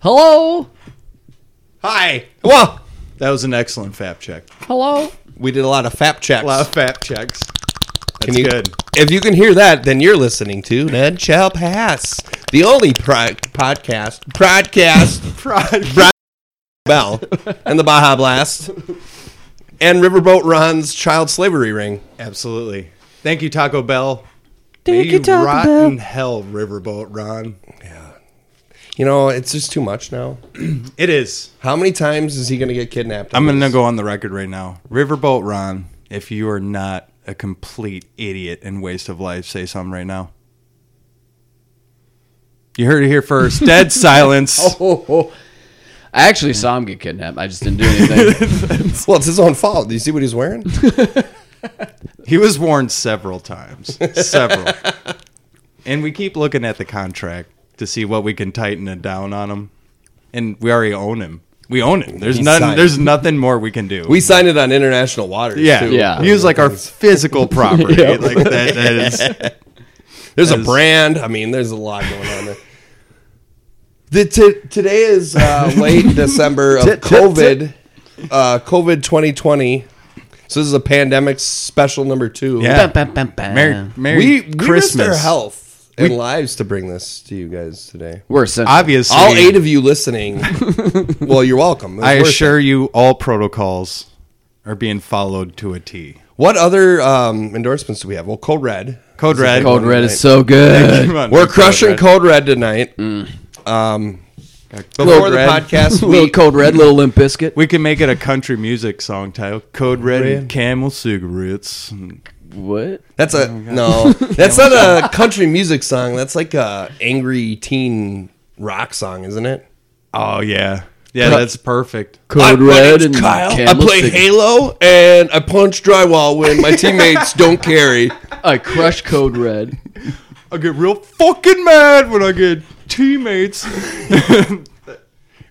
Hello? Hi. Well, that was an excellent fap check. Hello? We did a lot of fap checks. A lot of fap checks. That's Can you- good. If you can hear that, then you're listening to Ned Shall Pass, the only pro- podcast, podcast, Bro- Bell, and the Baja Blast, and Riverboat Ron's child slavery ring. Absolutely. Thank you, Taco Bell. Thank May you, Taco rot Bell. in hell, Riverboat Ron. You know, it's just too much now. It is. How many times is he going to get kidnapped? I'm going to to go on the record right now. Riverboat Ron, if you are not a complete idiot and waste of life, say something right now. You heard it here first. Dead silence. Oh, oh. I actually saw him get kidnapped. I just didn't do anything. Well, it's his own fault. Do you see what he's wearing? He was warned several times. Several. and we keep looking at the contract to see what we can tighten it down on him. And we already own him. We own him. There's He nothing signed. there's nothing more we can do. We signed it on international waters. yeah. too. Yeah. He was like our physical property. Like that, that is There's a As- brand. I mean, there's a lot going on there. The t- today is uh, late December of Tit, tit, COVID, uh, COVID 2020. So this is a pandemic special number two. Yeah. Bam, bam, bam, bam. Merry, Merry we, we risked Christmas. our health and We- lives to bring this to you guys today. We're essential. Obviously. All eight of you listening. well, you're welcome. It was I worth it. assure you all protocols are being followed to a T. What other um, endorsements do we have? Well, Code Red. Code This is Red. a Code Red night. is so good. Mm. Come on, We're Code crushing Red. Code Red tonight. Um, before Code the Red. podcast, little we Code Red, little Limp Biscuit. We can make it a country music song title. Code Red, and Camel Cigarettes. What? That's Oh, a no. That's not a country music song. That's like a angry teen rock song, isn't it? Oh yeah, yeah, that's perfect. Code I- my Red name's and Kyle. I Camel play Cigarette. Halo and I punch drywall when my teammates don't carry. I crush Code Red. I get real fucking mad when I get teammates.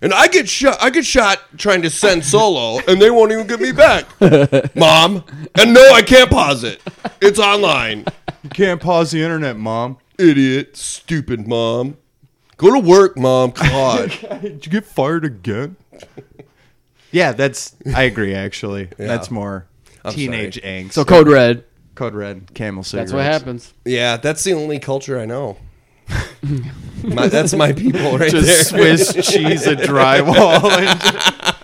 And I get shot. I get shot trying to send solo, and they won't even get me back, mom. And no, I can't pause it. It's online. You can't pause the internet, mom. Idiot, stupid mom. Go to work, mom. God. Did you get fired again? Yeah, that's. I agree. Actually, that's more teenage angst. So Code Red. Code Red, Camel Cigarettes. That's what happens. Yeah, that's the only culture I know. my, that's my people right there. Just Swiss cheese and drywall. And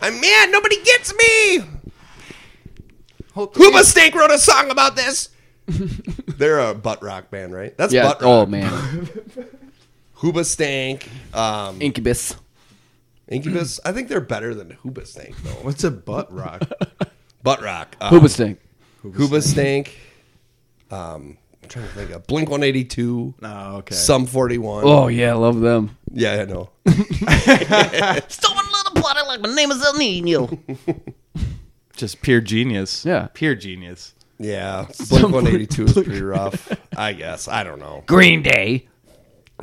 I'm mad. Nobody gets me. Who mistake wrote a song about this? They're a butt rock band, right? That's Yeah. butt Oh rock. man. Hooba Stank, um, Incubus. Incubus. I think they're better than Hooba Stank though. What's a butt rock? Butt rock, uh, Hooba stink. Hooba Stank. Um, I'm trying to think of Blink 182, Oh, okay. Sum 41. Oh yeah, I love them. Yeah, I know. Stolen little butter like my name is El Nino. Just pure genius. Yeah. Pure genius. Yeah, Blink 182 is pretty rough. I guess. I don't know. Green Day.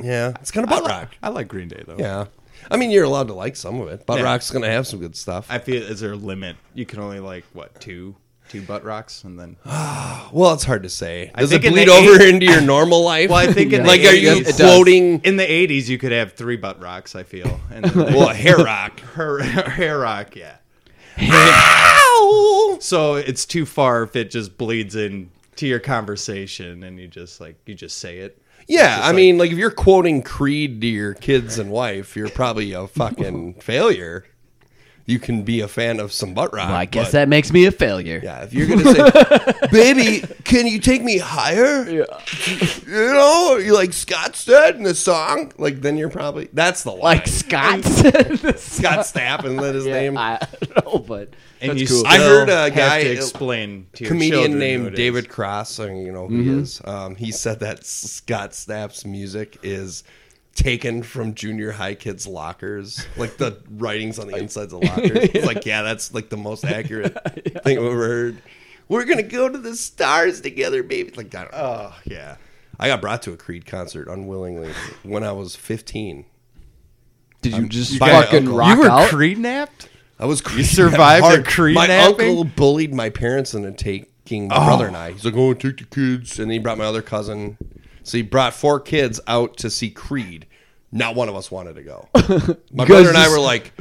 Yeah, it's kind of butt rock. I like Green Day though. Yeah. I mean, you're allowed to like some of it. Butt Yeah. rock's going to have some good stuff. I feel is there a limit? You can only like what two two butt rocks and then. well, it's hard to say. Does it think in bleed the over eight- into your normal life? Well, I think in like, the are you eighties- floating? In the 80s, you could have three butt rocks, I feel. And then Well, a hair rock. her, hair rock, yeah. So it's too far if it just bleeds in to your conversation and you just like, you just say it. Yeah, I mean, like if you're quoting Creed to your kids and wife, you're probably a fucking failure. You can be a fan of some butt rock. I guess but- that makes me a failure. Yeah, if you're gonna say, "Baby, can you take me higher?" Yeah. You know, you like Scott said in the song, like then you're probably that's the line. Like Scott said this. Scott Stapp and then his name. I don't know, but And that's you cool. still I heard a have guy- uh, to explain to your comedian children who named it is. David Cross, and you know who he is. Um, he said that Scott Stapp's music is taken from junior high kids' lockers, like the writings on the insides of lockers. It's like, yeah, that's like the most accurate thing I've ever heard. We're gonna go to the stars together, baby. Like, I, don't know. Oh, yeah. I got brought to a Creed concert unwillingly when I was 15. Did you just by my fucking uncle. rock you were out? creed-napped? I was Creed survived a Creed My napping? uncle bullied my parents into taking my brother and I. He's like, "Oh, take the kids," and then he brought my other cousin. So he brought four kids out to see Creed. Not one of us wanted to go. My brother and I this- were like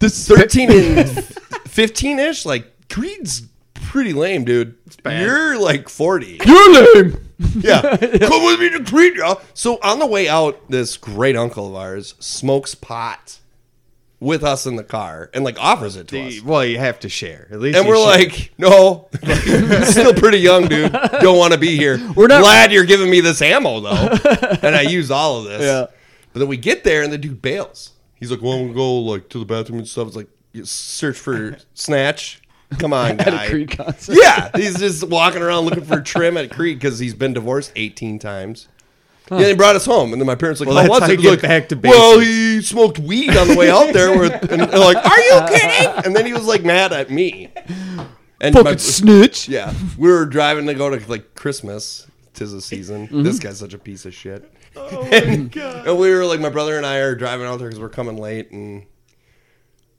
This 13 and 15 ish. Like, Creed's pretty lame, dude. You're like 40. You're lame. Yeah. Come with me to Creed, y'all. So on the way out, this great uncle of ours smokes pot with us in the car and like offers it to us. Well, you have to share. At least And you we're share. like, no, still pretty young, dude. Don't want to be here. We're not- glad you're giving me this ammo though, and I use all of this. Yeah. But then we get there, and the dude bails. He's like, "Well, I'm gonna go like to the bathroom and stuff." It's like, "You search for snatch. Come on, At guy. a Creed concert. Yeah, he's just walking around looking for trim at Creed because he's been divorced 18 times. Yeah, they brought us home, and then my parents were like, Well, "How that's was how it?" you get back Like, to well, he smoked weed on the way out there, with, and they're like, "Are you kidding?" And then he was like mad at me. And my- Fucking snitch. yeah, we were driving to go to like Christmas. Tis the season. This guy's such a piece of shit. Oh and, and we were like, my brother and I are driving out there because we're coming late and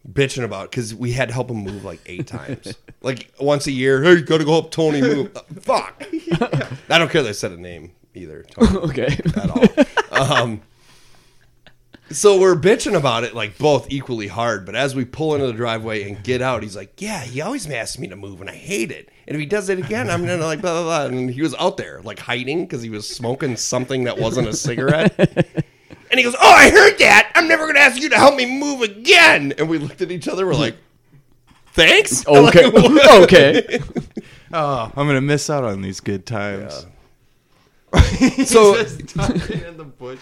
bitching about because we had to help him move like eight times, like once a year. Hey, you gotta go help Tony move. Uh, fuck. I don't care. They said a name either. Tony Okay. at all. Um, so we're bitching about it like both equally hard. But as we pull into the driveway and get out, he's like, "Yeah, he always asks me to move, and I hate it. And if he does it again, I'm gonna like blah blah blah." And he was out there like hiding because he was smoking something that wasn't a cigarette. And he goes, "Oh, I heard that. I'm never gonna ask you to help me move again." And we looked at each other. We're like, "Thanks." Okay. Like, what? okay. oh, I'm gonna miss out on these good times. So in the bush.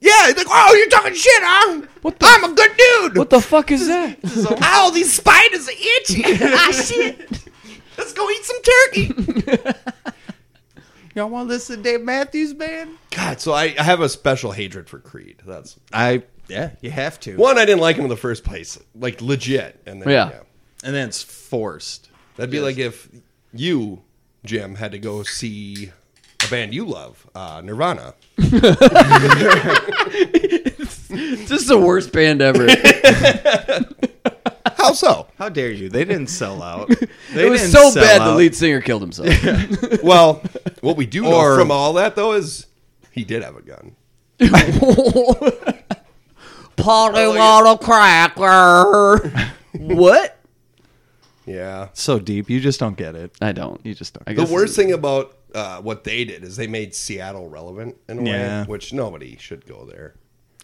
yeah, he's like, "Oh, you're talking shit, huh? What the, I'm a good dude." What the fuck is that? Ow, these spiders are itchy. ah, shit. Let's go eat some turkey. Y'all want to listen to Dave Matthews Band? God, so I, I have a special hatred for Creed. That's I yeah, you have to. one I didn't like him in the first place, like legit. And then, Yeah. And then it's forced. that'd be like if you, Jim, had to go see a band you love, uh, Nirvana. This is the worst band ever. How so? How dare you? They didn't sell out. They it was didn't so sell bad the out. lead singer killed himself. Well, what we do know Or- from all that though is he did have a gun. Oh, Party little cracker. what? Yeah. so deep. You just don't get it. I don't. You just don't. I get The guess- worst thing about uh, what they did is they made Seattle relevant in a Yeah. way, which nobody should go there.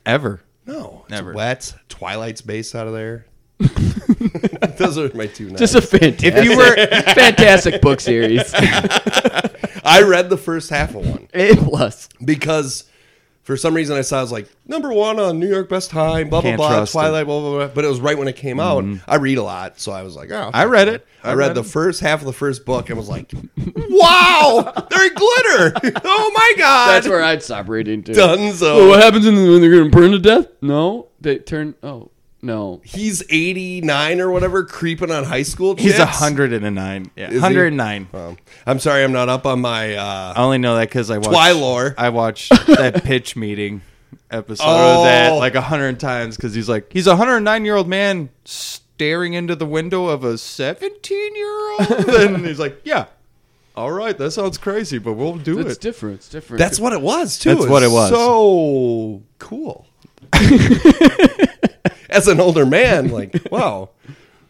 ever. No, it's Never. wet. Twilight's based out of there. Those are my two. Just Just a fantastic. If you were fantastic book series, I read the first half of one A plus. because for some reason I saw it was like number one on New York Best Time, blah blah Can't blah, trust it. Mm-hmm. Twilight, blah blah blah. But it was right when it came out. I read a lot, so I was like, oh, I read it. I, read, the first half of the first book and was like, wow, they're in glitter. Oh my god, That's where I'd stop reading too. Well, Dunzo. what happens in when they're gonna burn to death? No, they turn. Oh no, He's eighty nine or whatever, creeping on high school. He's a chicks. hundred and a nine. Yeah, he? hundred and nine. Um, I'm sorry, I'm not up on my. Uh, I only know that because I watched Twilore. I watched that pitch meeting episode of that Oh. like a hundred times because he's like he's a hundred and nine year old man staring into the window of a seventeen year old, and he's like, yeah. All right, that sounds crazy, but we'll do it's it. different. It's different. That's what it was too. That's what it was. So cool. As an older man, like wow,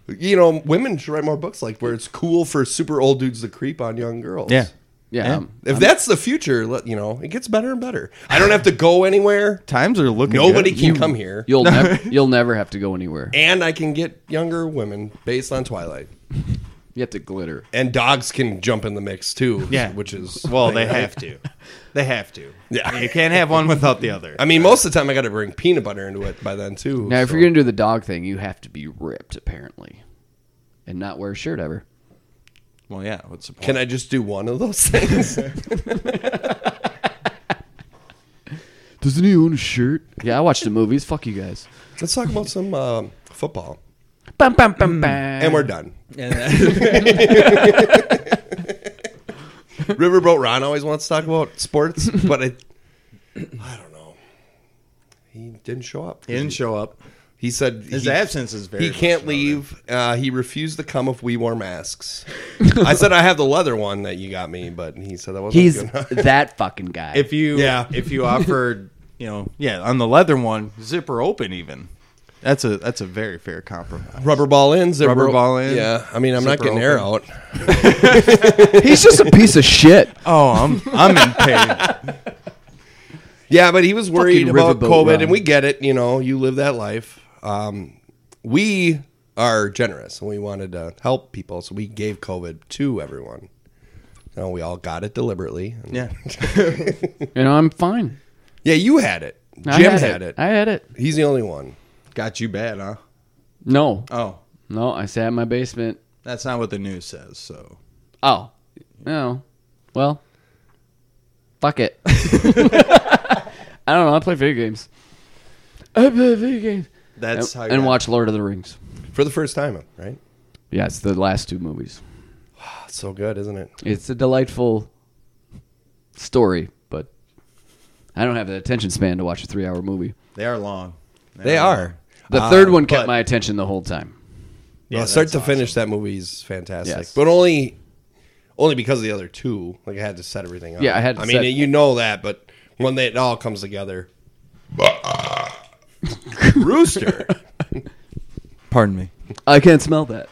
you know, women should write more books like where it's cool for super old dudes to creep on young girls. Yeah, yeah. um, If that's the future, let you know, it gets better and better. I don't have to go anywhere. times are looking. Nobody good. can come here, You'll never. You'll never have to go anywhere. and I can get younger women based on Twilight. You have to glitter. And dogs can jump in the mix too. Yeah. which is Well, they have to. They have to. Yeah. you can't have one without the other. I mean, most of the time I got to bring peanut butter into it by then too. Now, if so- you're gonna do the dog thing, you have to be ripped apparently, and not wear a shirt ever. Well, yeah. What's the point? Can I just do one of those things? Doesn't he own a shirt? Yeah, I watched the movies. Fuck you guys. Let's talk about some um football. Bum, bum, Mm. bum, bum. And we're done. Riverboat Ron always wants to talk about sports, but I, I don't know. He didn't show up. He didn't show up. He said His he- absence is very. He can't much leave. Uh, he refused to come if we wore masks. I said I have the leather one that you got me, but he said that wasn't He's good enough. that fucking guy. If you Yeah. if you offered you know, yeah, on the leather one, zipper open even. That's a that's a very fair compromise. Rubber ball in, zipper Rubber ball in, Yeah, I mean, I'm not zipper getting air out. He's just a piece of shit. Oh, I'm I'm in pain. Yeah, but he was worried Fucking about riverboat COVID, run. and we get it. You know, you live that life. Um, we are generous, and we wanted to help people, so we gave COVID to everyone. You know, we all got it deliberately. Yeah. You know, I'm fine. Yeah, you had it. Jim I had, had it. I had it. He's the only one. Got you bad, huh? No, Oh, no, I sat in my basement. that's not what the news says. So Oh, no. Well, fuck it. I don't know. I play video games. I play video games. that's how. and and watch Lord of the Rings. For the first time, right? Yeah, it's the last two movies. That's so good, isn't it? It's a delightful story, but I don't have the attention span to watch a three-hour movie. They are long. They are. The Uh, third one kept but- my attention the whole time. Yeah, Uh, that's start to finish, that movie's fantastic. Yes. But only only because of the other two. Like I had to set everything up. Yeah, I had to I mean, set- you know that, but when they, it all comes together. Rooster. Pardon me. I can't smell that.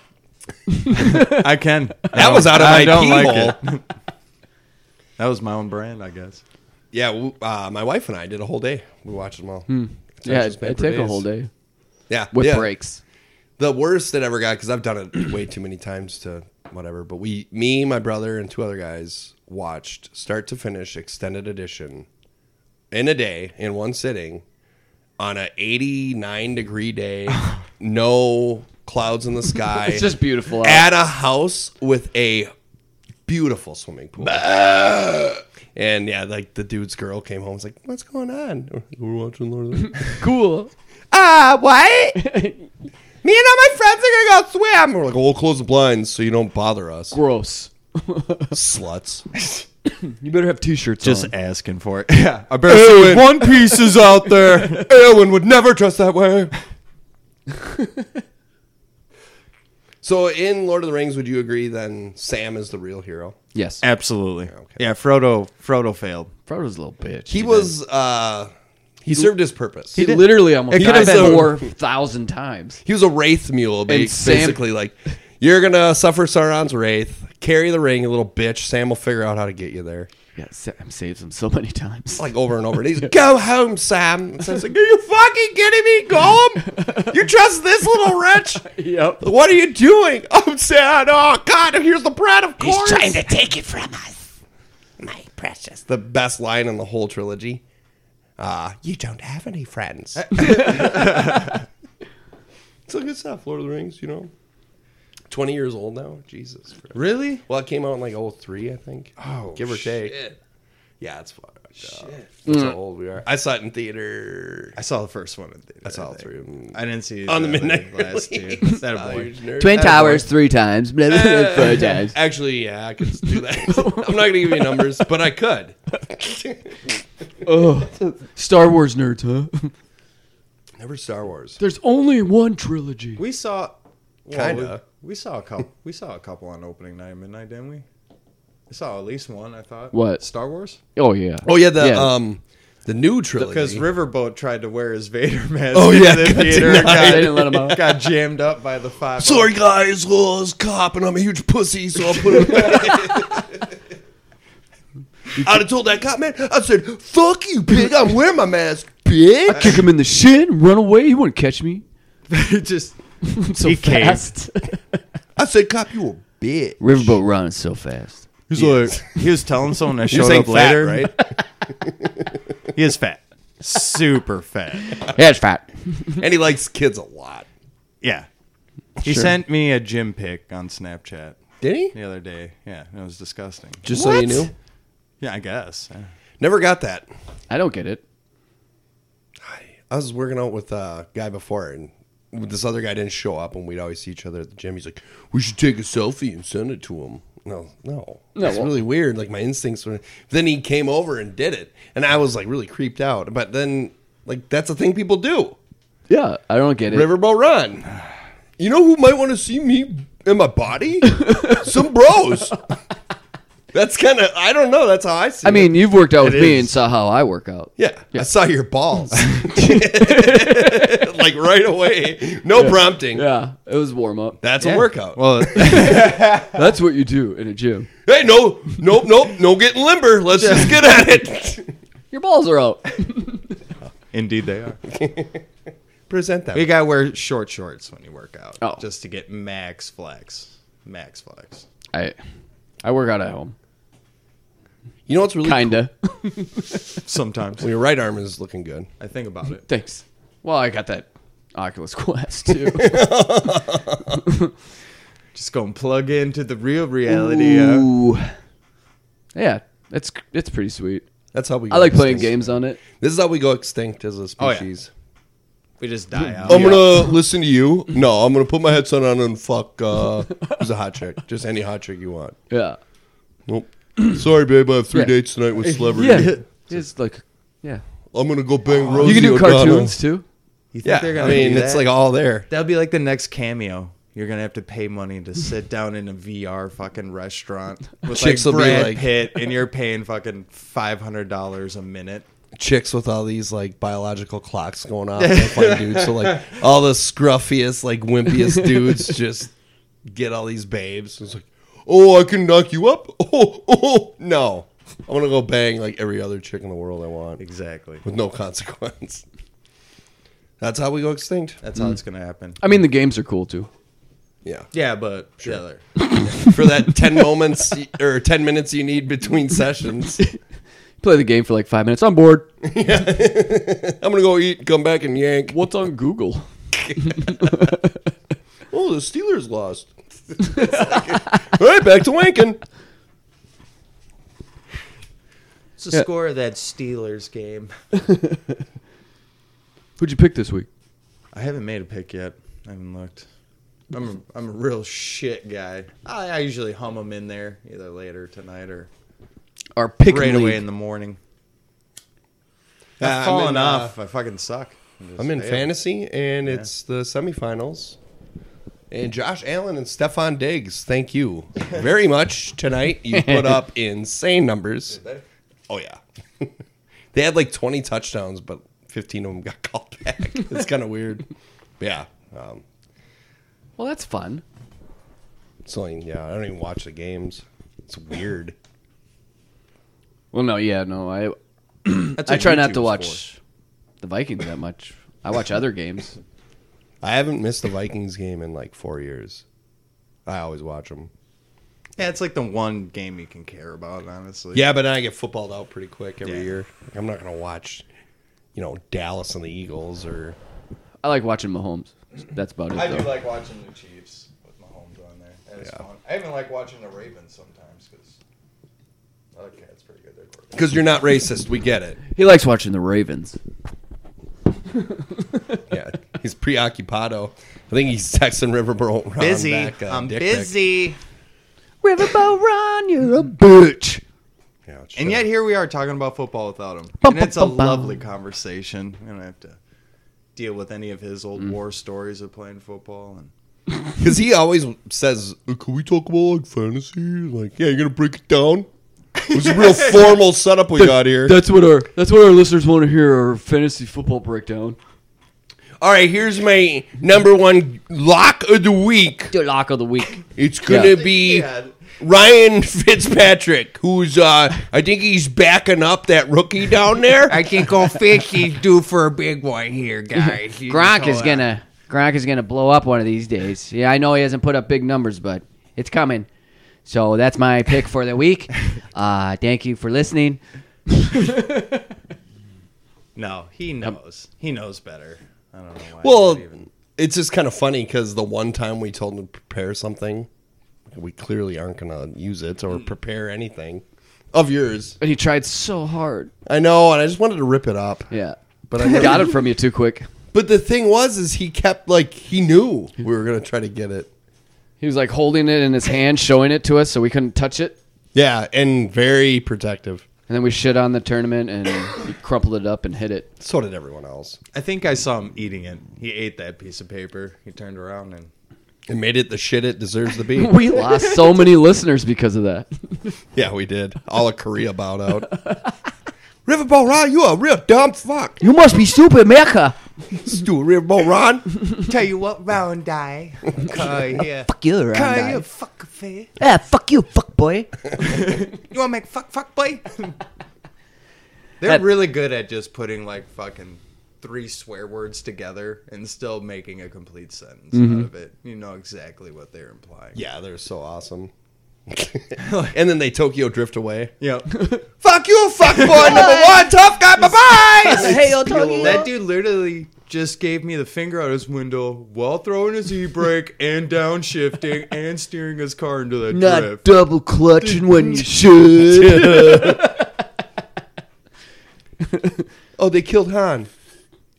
I can. That was out of my pee it. that was my own brand, I guess. Yeah, w- uh, my wife and I did a whole day. We watched them all. Hmm. Yeah, It's it, been it for take a days. whole day Yeah, with yeah. breaks. The worst that ever got because I've done it way too many times to whatever. But we, me, my brother, and two other guys watched start to finish extended edition in a day in one sitting on a 89 degree day, no clouds in the sky. It's just beautiful. out. at a house with a beautiful swimming pool. and yeah, like the dude's girl came home. Was like, "What's going on? We're watching Lord of the." Rings." cool. Ah, what? Me and all my friends are gonna go swim. We're like, oh, we'll close the blinds so you don't bother us, Gross. sluts. You better have t-shirts Just on. asking for it. Yeah, I better Ew, see it- One Piece is out there. Erwin would never dress that way. so, in Lord of the Rings, would you agree then Sam is the real hero? Yes. Absolutely. okay. Yeah, Frodo. Frodo failed. Frodo's a little bitch. He was. uh He served his purpose. He, He, literally almost It could've died been- four thousand times. was a wraith mule, ba- And Sam- basically. Like, you're gonna suffer Sauron's wraith. Carry the ring, you little bitch. Sam will figure out how to get you there. Yeah, Sam saves him so many times. like over and over. And he's go home, Sam. And Sam's like, are you fucking kidding me, Gollum? You trust this little wretch? yep. What are you doing? I'm sad. Oh God, here's the bread, of course. take it from us. My precious. the best line in the whole trilogy. Uh, you don't have any friends. it's all good stuff. Lord of the Rings, you know. Twenty years old now. Jesus. Christ. Really? Well, it came out in like 03, I think. Oh, give or take. shit. Yeah, it's fucked. up. That's how old we are. I saw it in theater. I saw the first one. in theater, I saw I all think. three of them. I didn't see On the other midnight last two. release. Is that a Oh, boy? you're just nervous. Twin That a boy. Towers three times, blah, blah, blah, four times. Actually, yeah, I could do that. I'm not gonna give you numbers, but I could. Star Wars nerds, huh? Never Star Wars. There's only one trilogy. We saw. well, Kinda. We, we saw a couple. we saw a couple on opening night, at midnight, didn't we? We saw at least one. I thought. What? Star Wars? Oh yeah. Oh yeah, the um, the new trilogy. Because Riverboat tried to wear his Vader mask. Oh, into yeah, the got theater denied. They got, didn't let him out. got jammed up by the five. sorry guys, well, I was a cop and I'm a huge pussy, so I'll put it. I'd have told that cop man. I said, "Fuck you, pig! I'm wearing my mask, bitch." Kick him in the shin, run away. He wouldn't catch me. just I'm so He caved. fast. I said, "Cop, you a bitch." Riverboat Ron is so fast. he's like he was telling someone that showed saying up fat, later. right? he is fat, super fat. Yeah, it's fat. And he likes kids a lot. Yeah, he sent me a gym pic on Snapchat Did he? the other day. Yeah, it was disgusting. Just so you knew. Yeah, I guess. Yeah. Never got that. I don't get it. I was working out with a guy before, and this other guy didn't show up, and we'd always see each other at the gym. He's like, "We should take a selfie and send it to him." No, no, No, it's well- really weird. Like my instincts were. Then he came over and did it, and I was like really creeped out. But then, like that's a thing people do. Yeah, I don't get it. Riverboat Run. You know who might want to see me and my body? Some bros. That's kind of I don't know. That's how I see. I mean, it. you've worked out with It me is. and saw how I work out. yeah, yeah. I saw your balls, like right away, no prompting. Yeah, it was warm up. That's Yeah. a workout. Well, That's what you do in a gym. hey, no, nope, nope, no getting limber. Let's just get at it. Your balls are out. indeed they are. Present You that. gotta wear short shorts when you work out, Oh. just to get max flex, max flex. I I work out at home. You know what's really Kinda. Sometimes Well, your right arm is looking good. I think about it. Thanks. Well, I got that Oculus Quest too. Just gonna plug into the real reality. Uh, Ooh. Yeah, it's it's pretty sweet. That's how we. Go I like playing extinct. games on it. This is how we go extinct as a Oh, yeah. species. we just die out. I'm gonna listen to you. No, I'm gonna put my headset on and fuck. Uh, who's a hot chick? Just any hot chick you want. Yeah. Nope. Sorry, babe. I have three Yeah. dates tonight with celebrity. Yeah. It's like yeah. I'm gonna go bang You Rosie. can do O'Donnell. cartoons too. You think Yeah, they're I gonna mean do it's that? like all there. That'll be like the next cameo. You're gonna have to pay money to sit down in a VR fucking restaurant with Chicks like will be Brad like- Pitt, and you're paying fucking five hundred dollars a minute. Chicks with all these like biological clocks going off, they'll find dudes. So like all the scruffiest, like wimpiest dudes just get all these babes. It's like, oh, I can knock you up. Oh, oh no, I'm gonna go bang like every other chick in the world I want. Exactly. with no consequence. That's how we go extinct. That's how it's gonna happen. I mean, the games are cool too. Yeah. Yeah, but yeah, they're- For that 10 moments or 10 minutes you need between sessions. Play the game for like five minutes. I'm bored. I'm going to go eat, come back and yank. What's on Google? Oh, the Steelers lost. All right, back to wanking. What's the score of that Steelers game? Who'd you pick this week? I haven't made a pick yet. I haven't looked. I'm a, I'm a real shit guy. I, I usually hum them in there either later tonight or Our pick right away in league. the morning. Ah, Uh, I've I'm fallen in, uh, off. I fucking suck. just I'm in fail. fantasy, and it's the semifinals. And Josh Allen and Stefan Diggs, thank you very much tonight. You put up insane numbers. Oh yeah, they had like 20 touchdowns, but 15 of them got called back. It's kind of weird. Yeah. Um, Well, that's fun. so yeah, I don't even watch the games. It's weird. Well, no, yeah, no. I That's I what try not YouTube's to watch for. the Vikings that much. I watch other games. I haven't missed a Vikings game in like four years. I always watch them. Yeah, it's like the one game you can care about, honestly. Yeah, but then I get footballed out pretty quick every Yeah. year. Like, I'm not going to watch, you know, Dallas and the Eagles or. I like watching Mahomes. That's about it. I do though. like watching the Chiefs with Mahomes on there. That is Yeah. fun. I even like watching the Ravens sometimes because I like cats pretty good. They're quarterback. Because you're not racist. We get it. He likes watching the Ravens. Yeah. He's preoccupado. I think he's texting Riverboro. Ron back, uh, dick pic. Riverboat Ron, you're a bitch. Yeah, it's And true. yet here we are talking about football without him. Bum, And it's a bum, bum, lovely bum. conversation. I don't have to deal with any of his Mm. old war stories of playing football and Because he always says, "Uh, "Can we talk about like fantasy?" Like, yeah, you're gonna break it down. It was a real formal setup we got here. That's what our that's what our listeners want to hear. Our fantasy football breakdown. All right, here's my number one lock of the week. The lock of the week. It's gonna Yeah. be Yeah. Ryan Fitzpatrick, who's uh, I think he's backing up that rookie down there. I think old Fishy's due for a big one here, guys. Gronk Oh, is gonna Gronk is gonna blow up one of these days. Yeah, I know he hasn't put up big numbers, but it's coming. So that's my pick for the week. Uh, thank you for listening. No, he knows. He knows better. I don't know why. Well, he even- it's just kind of funny because the one time we told him to prepare something, we clearly aren't gonna use it Mm. or prepare anything of yours. And he tried so hard. I know, and I just wanted to rip it up. Yeah, But but I I never- got it from you too quick. But the thing was, is he kept like he knew we were gonna try to get it. He was like holding it in his hand, showing it to us, so we couldn't touch it. Yeah, and very protective. And then we shit on the tournament, and he crumpled it up and hit it. So did everyone else. I think I saw him eating it. He ate that piece of paper. He turned around and It made it the shit it deserves to be. We lost so many listeners because of that. yeah, we did. All of Korea bowed out. Riverboat Ron, you a real dumb fuck. You must be stupid, Mecca. Stu Riverboat Ron. Tell you what, round eye. Call you. Fuck you, round Call eye. you, fuck face. Yeah, fuck you, fuck boy. You wanna make fuck, fuck boy? They're That- really good at just putting like fucking three swear words together and still making a complete sentence out of it. You know exactly what they're implying. Yeah, they're so awesome. and then they Tokyo drift away. Yeah. Fuck you, fuck boy number one, tough guy, bye bye. hey, yo, Tokyo. that dude literally just gave me the finger out his window while throwing his e-brake and downshifting and steering his car into the Not drift. double clutching when you should. Oh, they killed Han.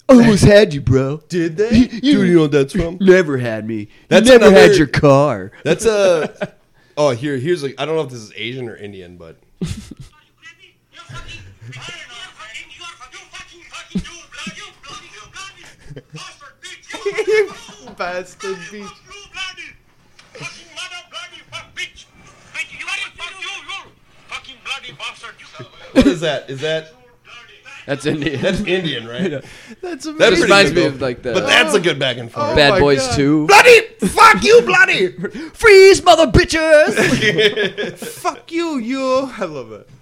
Almost had you, bro. Did they? Dude, you know what that's from? Never had me. That's you never another- had your car. That's a. Oh, here, here's a. I don't know if this is Asian or Indian, but you bastard bitch. what is that? Is that That's Indian. that's Indian, right? That's amazing. That reminds me of, like, the- But that's a good back and forth. Bad my Boys God. too. bloody fuck you, bloody. Freeze, mother bitches. Fuck you, you. I love it. Oh.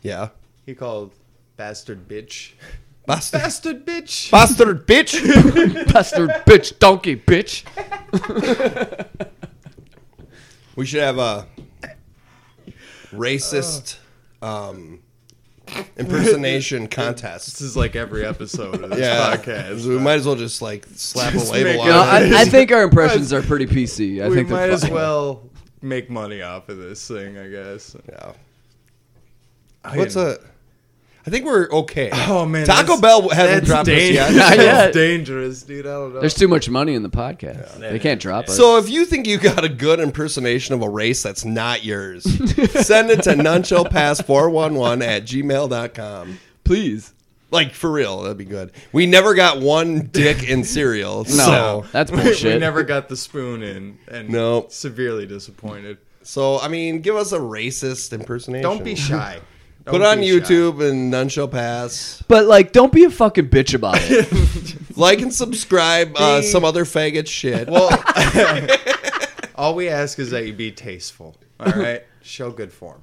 Yeah, He called bastard bitch. bastard, Bastard bitch. bastard, bitch. Bastard bitch, donkey bitch. we should have a racist um, impersonation contest. Uh. This is like every episode of this Yeah, podcast. we might as well just like slap Just a label make on it it. No, up. I, I think our impressions are pretty PC. I we think they're might as fine. well make money off of this thing, I guess. Yeah. What's a? I think we're okay. Oh man, Taco that's- Bell that's hasn't dropped us dangerous. yet. Not yet. That's dangerous, dude. I don't know. There's too much money in the podcast. they can't drop us. So if you think you got a good impersonation of a race that's not yours, send it to nunchopass411 at gmail.com. please. Like, for real, that'd be good. We never got one dick in cereal, No, so... that's We- bullshit. We never got the spoon in, and Nope. severely disappointed. So, I mean, give us a racist impersonation. Don't be shy. Don't Put on be YouTube and None Shall Pass. but like, don't be a fucking bitch about it. Like and subscribe uh, some other faggot shit. Shy. Well, all we ask is that you be tasteful. All right, show good form.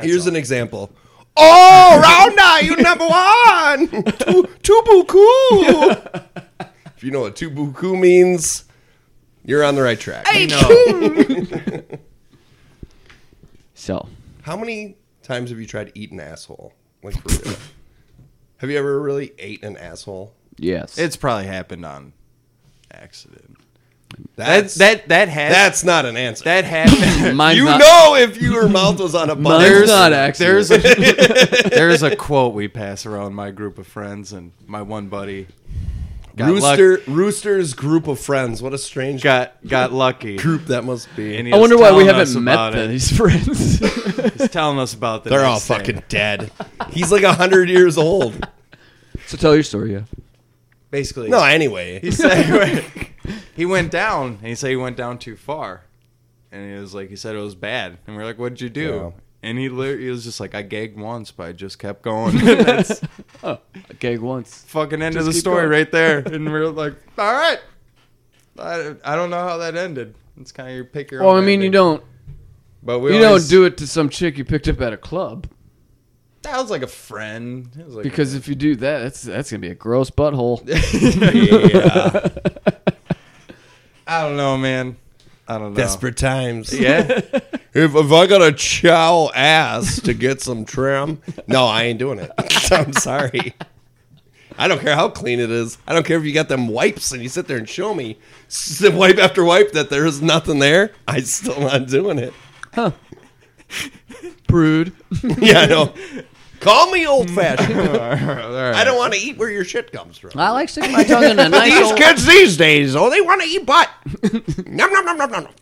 Here's an example. Oh, Rounda, you number one. Tu- Tubuku. if you know what Tubuku means, you're on the right track. so How many times have you tried to eat an asshole? Like, for real? have you ever really ate an asshole? yes, It's probably happened on accident. That That's that that has that's not an answer. that happened. mine's you not, know, if your mouth was on a mine's button, not accident. There's a, there's a quote we pass around my group of friends and my one buddy got luck- Rooster Rooster's group of friends. What a strange got got lucky. group that must be. And he I was wonder why we telling us haven't met about it. these friends. He's telling us about the They're all next day. fucking dead. He's like hundred years old. so tell your story. Yeah. basically. No, anyway. he said he went, he went down. And he said he went down too far, and he was like, he said it was bad. And we are like, what'd you do? Yeah. And he lit- he was just like, I gagged once, but I just kept going. That's A gag once. fucking end Just of the keep story going. right there. And we we're like, all right. I, I don't know how that ended. It's kind of your pick your. Well, own I mean, you ending. don't But we you always- don't do it to some chick you picked up at a club That was like a friend. It was like because if you do that, that's that's gonna be a gross butthole. yeah. I don't know, man. I don't know. Desperate times. Yeah. If, if I got a chow ass to get some trim, no, I ain't doing it. I'm sorry. I don't care how clean it is. I don't care if you got them wipes and you sit there and show me s- wipe after wipe that there is nothing there. I still not doing it. Prude. Yeah, I know. Call me old fashioned. All right, all right. I don't want to eat where your shit comes from. I like sticking my tongue in a nice These old... kids these days, oh, they want to eat butt. nom nom nom nom nom. nom.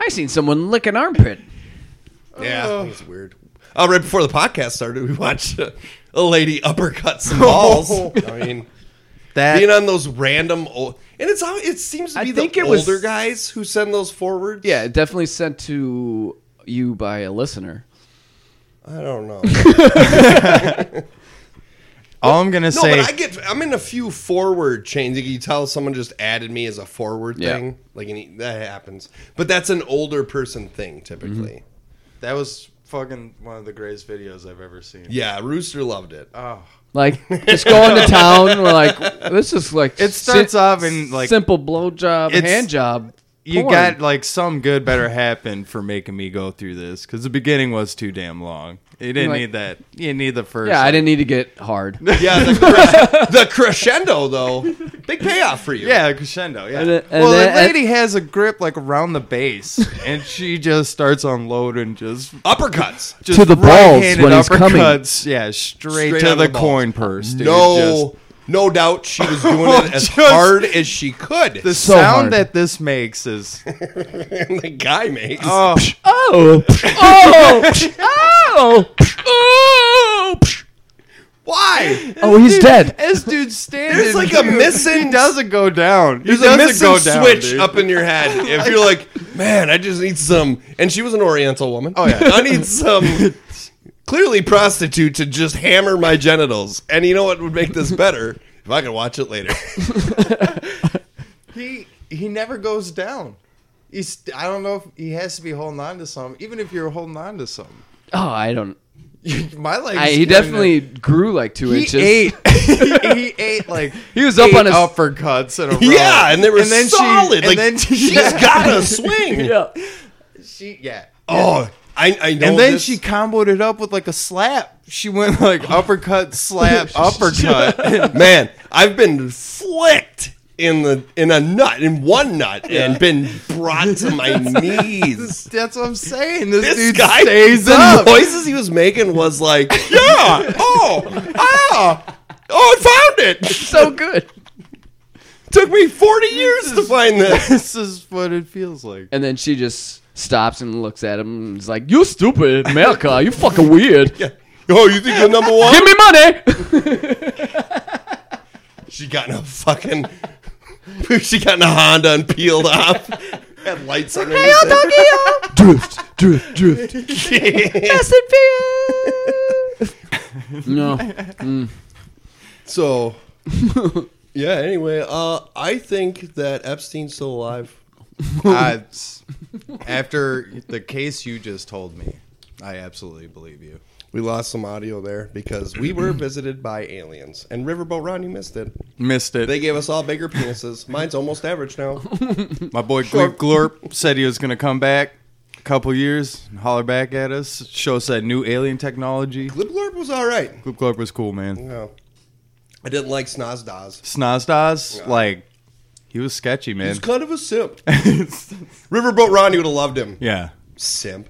I seen someone lick an armpit. Yeah, I think it's weird. Uh, right before the podcast started, we watched a, a lady uppercut some balls. I mean, That- being on those random old, and it's al- it seems to I be the think it older was- guys who send those forwards. Yeah, definitely sent to you by a listener. I don't know. All I'm gonna No, say, but I get. I'm in a few forward chains. You can tell someone just added me as a forward Yeah. thing. Like any, that happens, but that's an older person thing typically. that was fucking one of the greatest videos I've ever seen. Yeah, Rooster loved it. Oh. Like just going to town, we're like, this is like It starts off in, like- simple blowjob, It's- hand job. You porn. got like some good better happen for making me go through this because the beginning was too damn long. You didn't Like- need that. You didn't need the first. yeah. I didn't need to get hard. Yeah, the, cres- the crescendo though, big payoff for you. Yeah, crescendo. Yeah. And then- and well, then- the lady has a grip like around the base, and she just starts unloading just uppercuts. just To the balls right-handed when he's coming. uppercuts. Yeah, straight, Straight to on the, the balls. coin purse. Dude. No, Just- no doubt she was doing it as Just- hard as she could. the So sound hard. that this makes is and the guy makes. oh Oh, oh, oh, oh, Why? oh! He's dead. this dude's standing. There's like a dude. missing- He doesn't go down. He There's a doesn't missing go down, switch dude. up in your head. If you're like, man, I just need some. And she was an Oriental woman. Oh, yeah. I need some clearly prostitute to just hammer my genitals. And you know what would make this better? If I could watch it later. He he never goes down. He's I don't know if he has to be holding on to something. Even if you're holding on to something, Oh, I don't. my legs. I, he definitely grew like two He inches. ate. he ate like He was up eight on his- uppercuts in a row. Yeah, and they were then solid. She, and like, then she, she's yeah, got a swing. Yeah. she yeah. Oh, I, I know. And then this. she comboed it up with like a slap. She went like uppercut, slap, uppercut. Man, I've been flicked in the in a nut in one nut and been brought to my knees. That's what I'm saying. This, This dude guy, stays the up. noises he was making was like, yeah, oh, ah, oh, I found it. So good. Took me forty years to find this. This is what it feels like. And then she just stops and looks at him and is like, "You stupid, America! You fucking weird. Oh, you think you're number one? Give me money." She got in a fucking. She got in a Honda and peeled off. Had lights on drift, drift, drift. No. So, yeah. Anyway, uh, I think that Epstein's still alive. I, after the case you just told me, I absolutely believe you. We lost some audio there because we were visited by aliens. And Riverboat Ron, you missed it. Missed it. They gave us all bigger penises. Mine's almost average now. My boy Glorp, Glorp said he was going to come back a couple years and holler back at us, show us that new alien technology. Glorp Lip Lurp was all right. Glorp was cool, man. No. I didn't like Snazdaz. Snazdaz, like, he was sketchy, man. He's kind of a simp. Riverboat Ron, you would have loved him. yeah. Simp.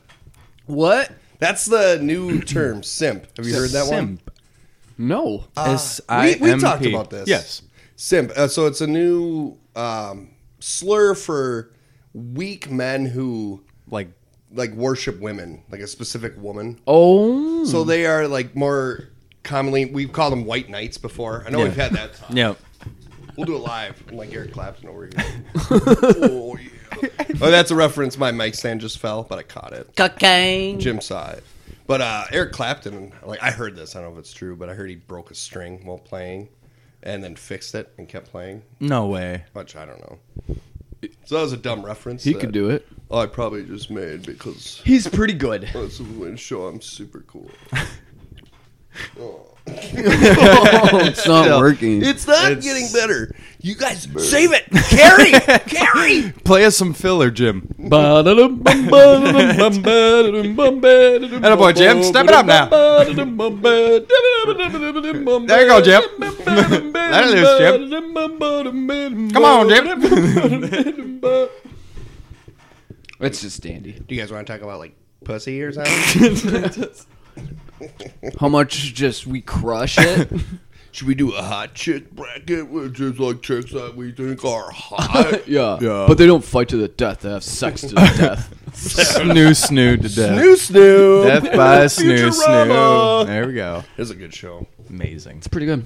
What? That's the new term, simp. Have you heard that one? Simp. No. we, we talked S-I-M-P. about this. Yes. Simp. Uh, so it's a new um, slur for weak men who Like, like worship women, like a specific woman. Oh. So they are like more commonly we've called them white knights before. I know we've had that. yeah. We'll do it live. I'm like Eric Clapton over here. oh yeah. Oh, that's a reference. My mic stand just fell, but I caught it. Cocaine. Jim saw it. But uh, Eric Clapton, like I heard this. I don't know if it's true, but I heard he broke a string while playing, and then fixed it and kept playing. No way. Which I don't know. So that was a dumb reference. He could do it. I probably just made because He's pretty good. that's a win show. I'm super cool. Oh, it's not working. It's not getting better. You guys save it. Carry, carry. Play us some filler, Jim. Atta boy, Jim. Step it up now. There There you go, Jim. Let it loose, Jim. Come on, Jim. It's just dandy. Do you guys want to talk about like pussy or something? How much just we crush it? Should we do a hot chick bracket, which is like chicks that we think are hot? yeah. Yeah. But they don't fight to the death. They have sex to the death. snoo, snoo to death. New Snoop. Death by snoo, snoo. Futurama. There we go. It's a good show. Amazing. It's pretty good.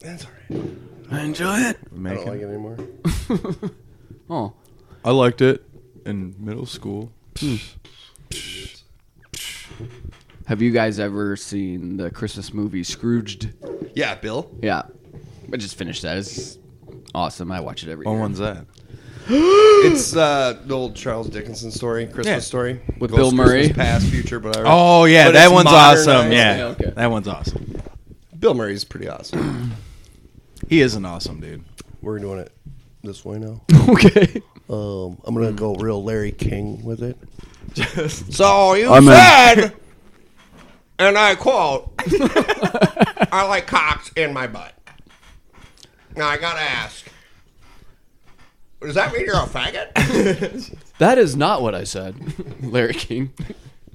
That's all right. I enjoy it. I don't like it anymore. Oh, I liked it in middle school. have you guys ever seen the Christmas movie Scrooged? Yeah, Bill. Yeah, I just finished that. It's awesome. I watch it every What year. one's that? It's uh, the old Charles Dickinson story, Christmas Yeah. story With Ghost Bill Christmas, Murray. past, future, whatever. Oh yeah, But that it's one's modernized. awesome. Yeah, Yeah, okay. that one's awesome. Bill Murray's pretty awesome. He is an awesome dude. We're doing it this way now. Okay. Um, I'm gonna go real Larry King with it. so you I'm in. said, and I quote, "I like cocks in my butt." Now I gotta ask, does that mean you're a faggot? That is not what I said, Larry King.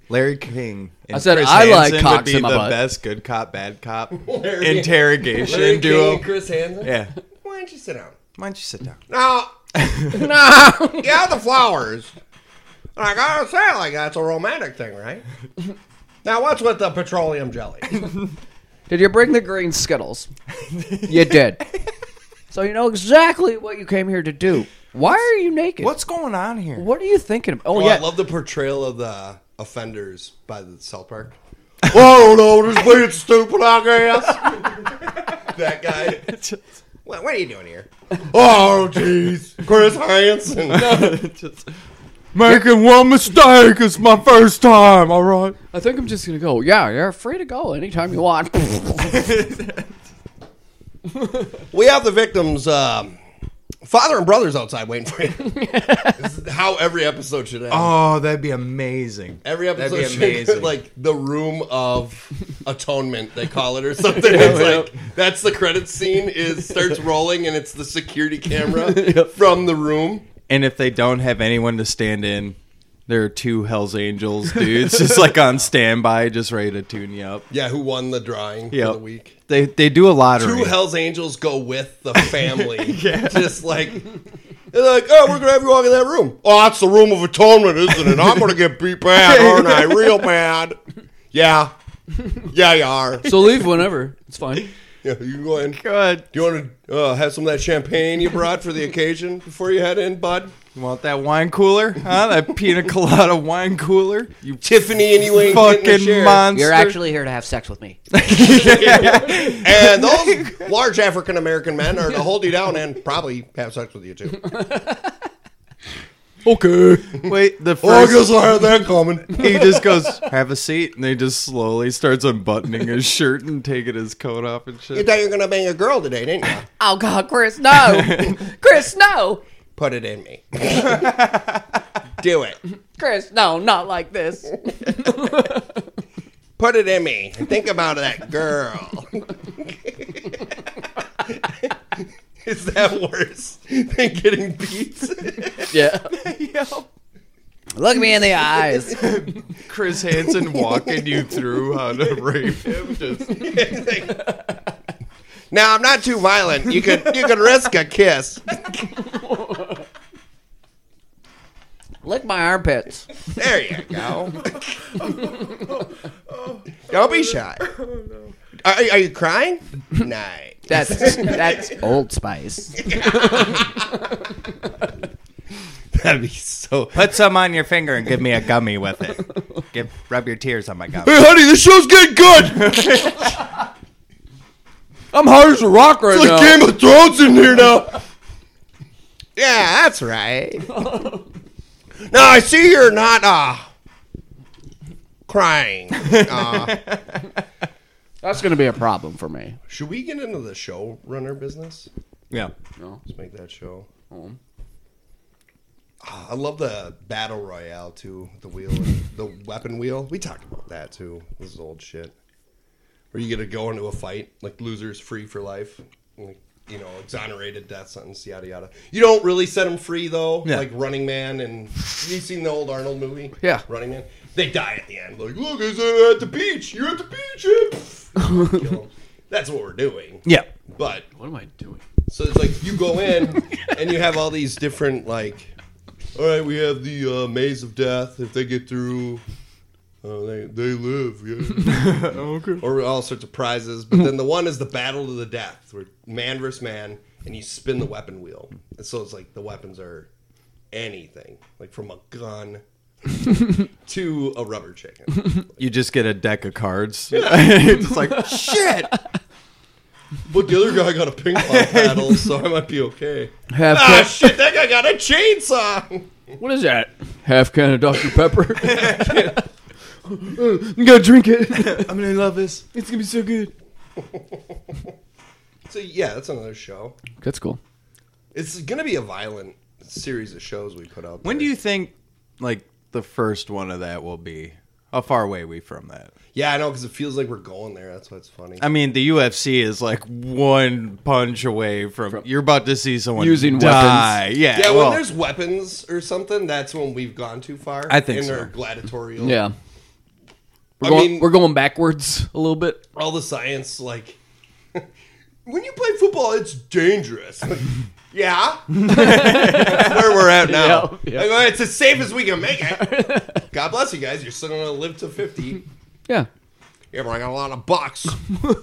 Larry King. and I said, Chris "I like Hansen would cocks be in my the butt." best good cop bad cop interrogation duo. Chris Hansen. Yeah. Why don't you sit down? Why don't you sit down? No, no. yeah, the flowers. And I gotta say, like that's a romantic thing, right? Now what's with the petroleum jelly? Did you bring the green Skittles? you did. So you know exactly what you came here to do. Why are you naked? What's going on here? What are you thinking about? Oh, Oh, yeah. I love the portrayal of the offenders by the South Park. oh no, this being stupid, I guess. that guy. What, what are you doing here? Oh jeez, Chris Hansen. Making one mistake. It's my first time. All right. I think I'm just going to go. Yeah, you're free to go anytime you want. We have the victim's um, father and brothers outside waiting for you. this is how every episode should end. Oh, that'd be amazing. Every episode That'd be should be amazing. like the room of atonement they call it or something. It's like that's the credit scene is starts rolling and it's the security camera from the room. And if they don't have anyone to stand in, there are two Hell's Angels dudes just like on standby, just ready to tune you up. Yeah, who won the drawing for Yep. the week? They they do a lottery. Two Hell's Angels go with the family. Just like they're like, oh, we're gonna have you walk in that room. Oh, that's the room of atonement, isn't it? I'm gonna get beat bad, aren't I? Real bad. Yeah. Yeah, you are. so leave whenever. It's fine. Yeah, you can go in. Good. Do you want to uh, have some of that champagne you brought for the occasion before you head in, bud? You want that wine cooler? Huh? That pina colada wine cooler? You Tiffany and you ain't getting a fucking share. monster. You're actually here to have sex with me. And those large African American men are to hold you down and probably have sex with you too. Okay. Wait, the Oh, I first. guess I had that coming. he just goes, have a seat, and he just slowly starts unbuttoning his shirt and taking his coat off and You shit. thought you were gonna bang a girl today, didn't you? Oh God, Chris, no, Chris, no, Put it in me. Do it. Chris, no, not like this. Put it in me. Think about that girl. Is that worse than getting beat? Yeah. Look me in the eyes. Chris Hansen walking you through how to rape him. Just now I'm not too violent. You could you could risk a kiss. Lick my armpits. There you go. Don't be shy. Are, are you crying? Nice. That's that's Old Spice. That'd be so. put some on your finger and give me a gummy with it. Give, rub your tears on my gummy. Hey, honey, this show's getting good. I'm hard as a rock right It's now. like Game of Thrones in here now. yeah, that's right. now I see you're not uh crying. Uh, That's going to be a problem for me. should we get into the showrunner business? Yeah. Let's make that show. Ah, I love the battle royale too. The wheel, the weapon wheel. We talked about that too. This is old shit. Where you get to go into a fight, like losers free for life, like you know, exonerated, death sentence, yada yada. You don't really set them free though. Yeah. Like Running Man, and you seen the old Arnold movie? Yeah. Running Man. They die at the end. Like, look, is it at the beach? You're at the beach. eh?" Kill 'em. That's what we're doing. Yeah. But What am I doing? so it's like you go in and you have all these different like. All right, we have the uh, maze of death. If they get through, uh, they they live. Yeah. okay. Or all sorts of prizes, but then the one is the battle to the death, where man versus man. and you spin the weapon wheel. And so it's like the weapons are anything, like from a gun to a rubber chicken. You just get a deck of cards. it's like shit. But the other guy got a ping pong paddle, so I might be okay. Half Ah, shit, that guy got a chainsaw. What is that? Half can of Dr. Pepper. I'm gonna drink it. I'm gonna love this. It's gonna be so good. So yeah, that's another show. That's cool. It's gonna be a violent series of shows we put out. When do there. you think like the first one of that will be? How far away are we from that? Yeah, I know because it feels like we're going there. That's why it's funny. I mean, the UFC is like one punch away from, you're about to see someone Using die. Yeah, yeah, well, when there's weapons or something, that's when we've gone too far. I think in so. our gladiatorial. Yeah. We're I going, mean- we're going backwards a little bit. all the science like. When you play football, it's dangerous. Like, yeah, that's where we're at now. Yeah, Oh, yeah. Like, well, it's as safe as we can make it. God bless you guys. You're still gonna live to fifty. Yeah. Yeah, but I got a lot of bucks.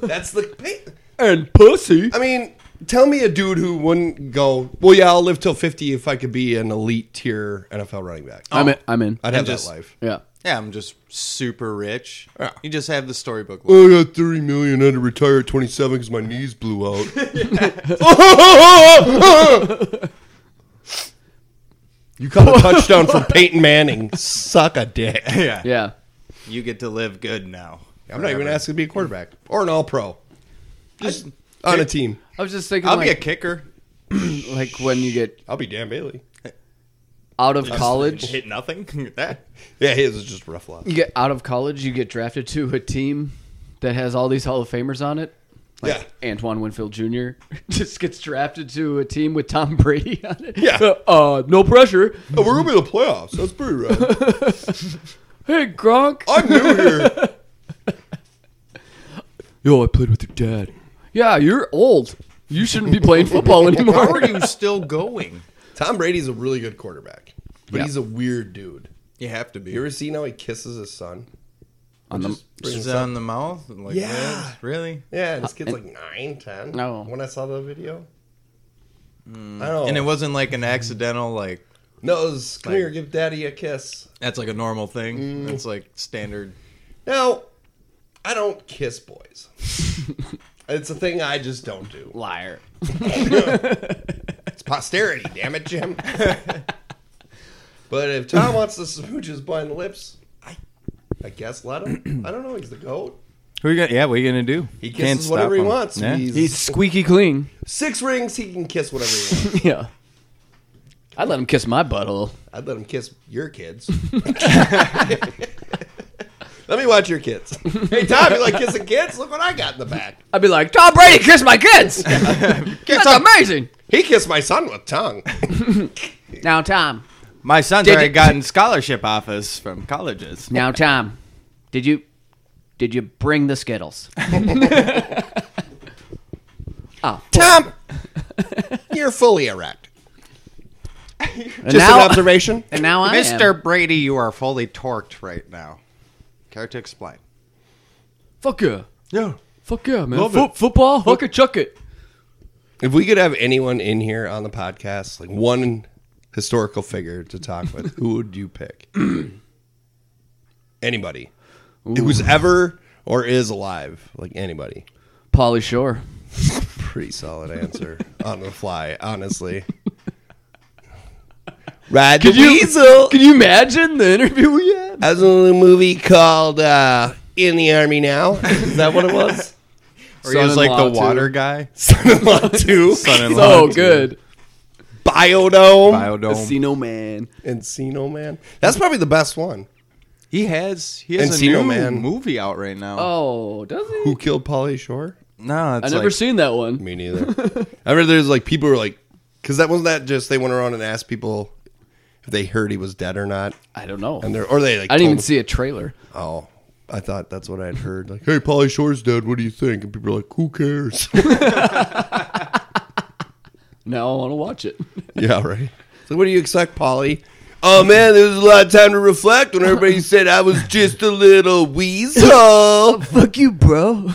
That's the. Pay- And pussy. I mean, tell me a dude who wouldn't go, well, yeah, I'll live till 50 if I could be an elite tier NFL running back. I'm in. I'm in. I'd have just- that life. Yeah. yeah, I'm just super rich. Yeah. You just have the storybook. life. "Oh, I got 30 million. I had to retire at 27 because my knees blew out. you caught a touchdown from Peyton Manning. Suck a dick. Yeah. Yeah. you get to live good now. I'm not even asking to be a quarterback or an all pro. Just on a team. I was just thinking, I'll be a like, kicker. like when you get I'll be Dan Bailey. out of college, hit nothing. that Yeah, his is just rough luck. you get out of college, you get drafted to a team that has all these Hall of Famers on it. Yeah. Antoine Winfield Jr. just gets drafted to a team with Tom Brady on it. Yeah. Uh, uh, no pressure. Oh, we're going to be in the playoffs. That's pretty rad. Hey, Gronk. I'm new here. Yo, I played with your dad. Yeah, you're old. You shouldn't be playing football how are anymore. you still going? Tom Brady's a really good quarterback, but Yeah. he's a weird dude. You have to be. You ever seen how he kisses his son? On the- Brings Is his it on the mouth? Like Yeah. that? Really? Yeah, and his kid's like nine, ten. uh, No. When I saw the video, I don't know. Mm. And it wasn't like an accidental like no, it was, come like- here, give daddy a kiss. that's like a normal thing. That's like standard. Now, I don't kiss boys. it's a thing I just don't do. Liar. It's posterity, damn it, Jim. but if Tom wants to smooch his blind lips, I, I guess let him. I don't know. He's the goat. Who you got? Yeah, what are you gonna do? He kisses whatever he wants. He's, He's squeaky clean. six rings. He can kiss whatever he wants. Yeah. I'd let him kiss my butthole. I'd let him kiss your kids. let me watch your kids. Hey, Tom, you like kissing kids? Look what I got in the back. I'd be like, Tom Brady kissed my kids. That's amazing. He kissed my son with tongue. Now, Tom. My son's Did already you- gotten scholarship offers from colleges. Now, Tom. Did you did you bring the Skittles? Oh. Tom, you're fully erect. And Just now, an observation. and now I am. Mr. Brady, you are fully torqued right now. Care to explain? Fuck yeah. Yeah. Fuck yeah, man. Love Fo- it. Football, huck it, chuck it. If we could have anyone in here on the podcast, like one historical figure to talk with, who would you pick? anybody. Who's ever or is alive. Like anybody. Polly Shore. Pretty solid answer on the fly, honestly. Ride the Weasel Can you imagine the interview we had? I was in a little movie called uh, In the Army Now. Is that what it was? Or he was like the Son-in-law, too. water guy. Son-in-law 2, So good. Biodome, Biodome. Casino Man. Encino Man. That's probably the best one. He has he has a Encino new Man. movie out right now. Oh, does he? Who killed Polly Shore? no, it's I never like, seen that one. Me neither. I remember there's like people were like, because that wasn't that just they went around and asked people if they heard he was dead or not, I don't know. and they're or they like I didn't even told- see a trailer. Oh, I thought that's what I'd heard. Like, hey, Polly Shore's dead. What do you think? And people are like, who cares? Now I want to watch it. Yeah, right. So what do you expect, Polly? Oh man, there was a lot of time to reflect when everybody said I was just a little weasel. Fuck you, bro.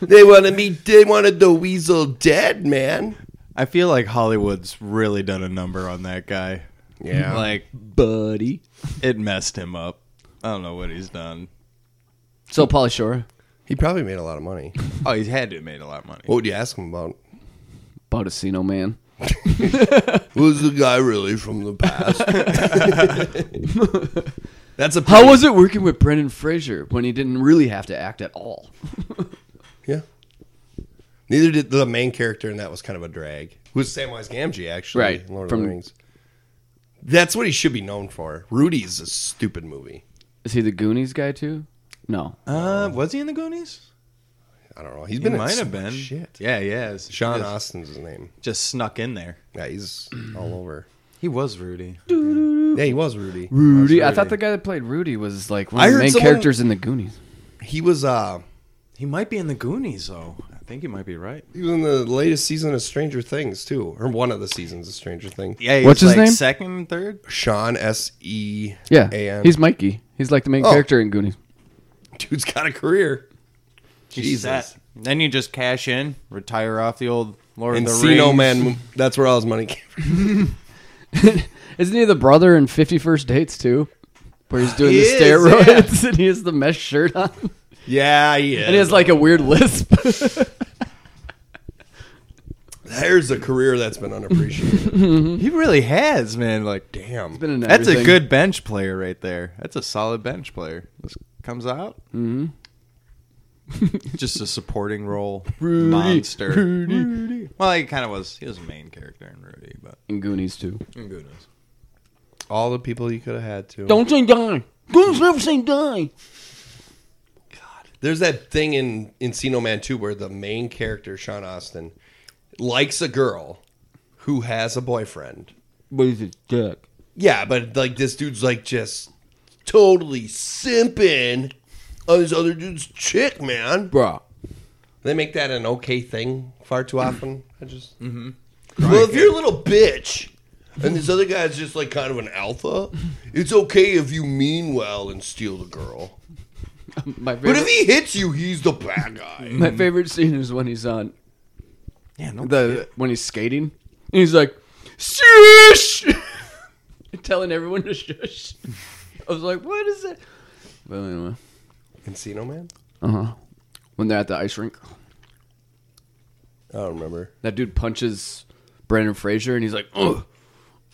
they wanted me. They wanted the weasel dead, man. I feel like Hollywood's really done a number on that guy. Yeah. Like buddy. it messed him up. I don't know what he's done. So Pauly Shore, He probably made a lot of money. Oh, he's had to have made a lot of money. What would you ask him about? Bodicino man. Was the guy really from the past? That's a How was it working with Brendan Fraser when he didn't really have to act at all? Yeah. Neither did the main character, and that was kind of a drag. Who was Samwise Gamgee, actually? Right, in Lord from- of the Rings. That's what he should be known for. Rudy's a stupid movie. Is he the Goonies guy too? No. Uh, was he in the Goonies? I don't know. He's He been in might so have much been. Shit. Yeah, yeah. it's- Sean just, Austin's his name. just snuck in there. Yeah, he's all over. He was Rudy. Yeah, he was Rudy. Rudy. I thought the guy that played Rudy was like one I of the heard main someone- characters in the Goonies. He was uh He might be in the Goonies though. I think he might be right. he was in the latest season of Stranger Things too, or one of the seasons of Stranger Things. Yeah, he What's was his like name? Second, third. Sean S E Yeah. A N. He's Mikey. He's like the main Oh. character in Goonies. dude's got a career. Jesus. Set. Then you just cash in, retire off the old Lord of the Encino Rings. Man. That's where all his money came from. Isn't he the brother in Fifty First Dates too? Where he's doing He the is, steroids and he has the mesh shirt on. Ah, Yeah, he is. And he has like a weird lisp. There's a career that's been unappreciated. He really has, man. Like, damn. Damn. Been in That's a everything. good bench player right there. That's a solid bench player. This comes out. Mm-hmm. Just a supporting role monster. Well, he kind of was. He was a main character in Rudy, but in Goonies too. Oh, goodness. all the people you could have had to. Don't say die. Goons never say die. There's that thing in Encino Man 2 where the main character, Sean Austin, likes a girl who has a boyfriend. But he's a dick. Yeah, but like this dude's like just totally simping on this other dude's chick, man. Bruh. They make that an okay thing far too often. I just. Mm-hmm. Well, if you're a little bitch and this other guy's just like kind of an alpha, it's okay if you mean well and steal the girl. My favorite, But if he hits you, he's the bad Mm-hmm. guy. my favorite scene is when he's on Yeah, no. the when he's skating. And he's like, "Shush!" telling everyone to shush. I was like, "What is it?" But anyway, Encino Man? when they're at the ice rink, I don't remember. that dude punches Brandon Fraser, and he's like, "Ugh."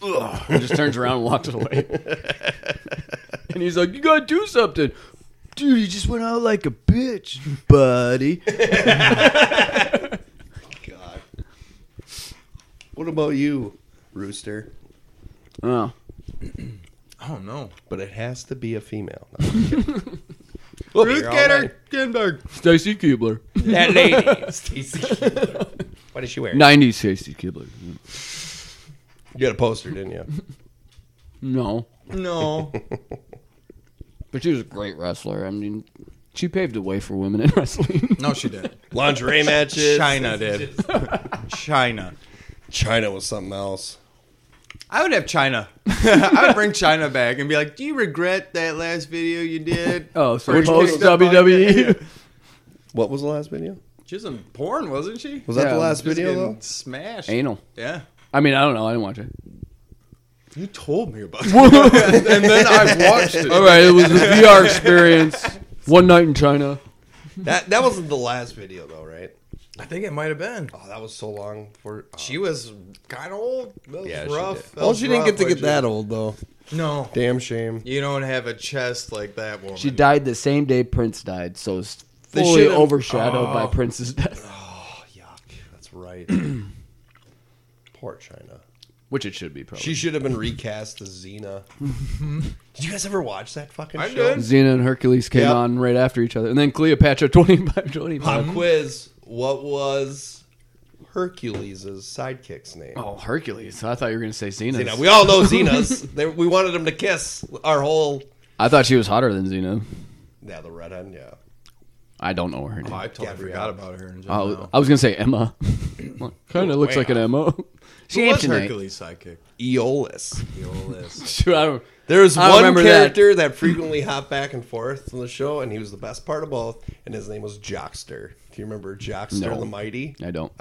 Ugh, and just turns around and walks away. and he's like, "You gotta do something, dude." He just went out like a bitch, buddy. God. What about you, Rooster? Oh, I don't know. But it has to be a female. Ruth Gator Kinberg. Stacy Keebler, That lady, Stacy. Keibler. what does she wear? '90s Stacy Keebler. You got a poster, didn't you? No, No. But she was a great wrestler. I mean, she paved the way for women in wrestling. No, she didn't. Lingerie matches. China did. China. China was something else. I would have China. I would bring China back and be like, "Do you regret that last video you did?" oh, so Which post E? picked up on- Yeah. WWE. What was the last video? She was in porn, wasn't she? Was that Yeah, the last Just video getting though? smashed. Anal. Yeah. I mean, I don't know. I didn't watch it. You told me about it. and then I watched it. All right, it was a VR experience. One night in China. That that wasn't the last video though, right? I think it might have been. Oh, that was so long for. oh, She was kind of old. That was yeah, rough. She That did. Well, was she didn't rough get to when get she- that old though. No. Damn shame. You don't have a chest like that woman. She died the same day Prince died, so it's They fully should've- overshadowed Oh. by Prince's death. Oh, Yuck. That's right. Poor China. Which it should be, probably. She should have been recast as Xena. Did you guys ever watch that fucking Mm-hmm. I show? did. Xena and Hercules came Yep. on right after each other. And then Cleopatra 25, 25. Pop Mm-hmm. quiz. What was Hercules' sidekick's name? Oh, Hercules. I thought you were going to say Xena. Xena. We all know Xena's. they, we wanted him to kiss our whole. I thought she was hotter than Xena. Yeah, the red end. Yeah. Oh, I don't know her name. I totally Gabrielle. forgot about Oh, her. In I general. was, I was going to say Emma. kind of looks like an Emma. Who was Samsonite. Hercules' sidekick? Eolus. Eolus. Dude, I don't- There was I one remember that. character that. frequently hopped back and forth on the show, and he was the best part of both. And his name was Jockster. Do you remember Jockster No. the Mighty? I don't.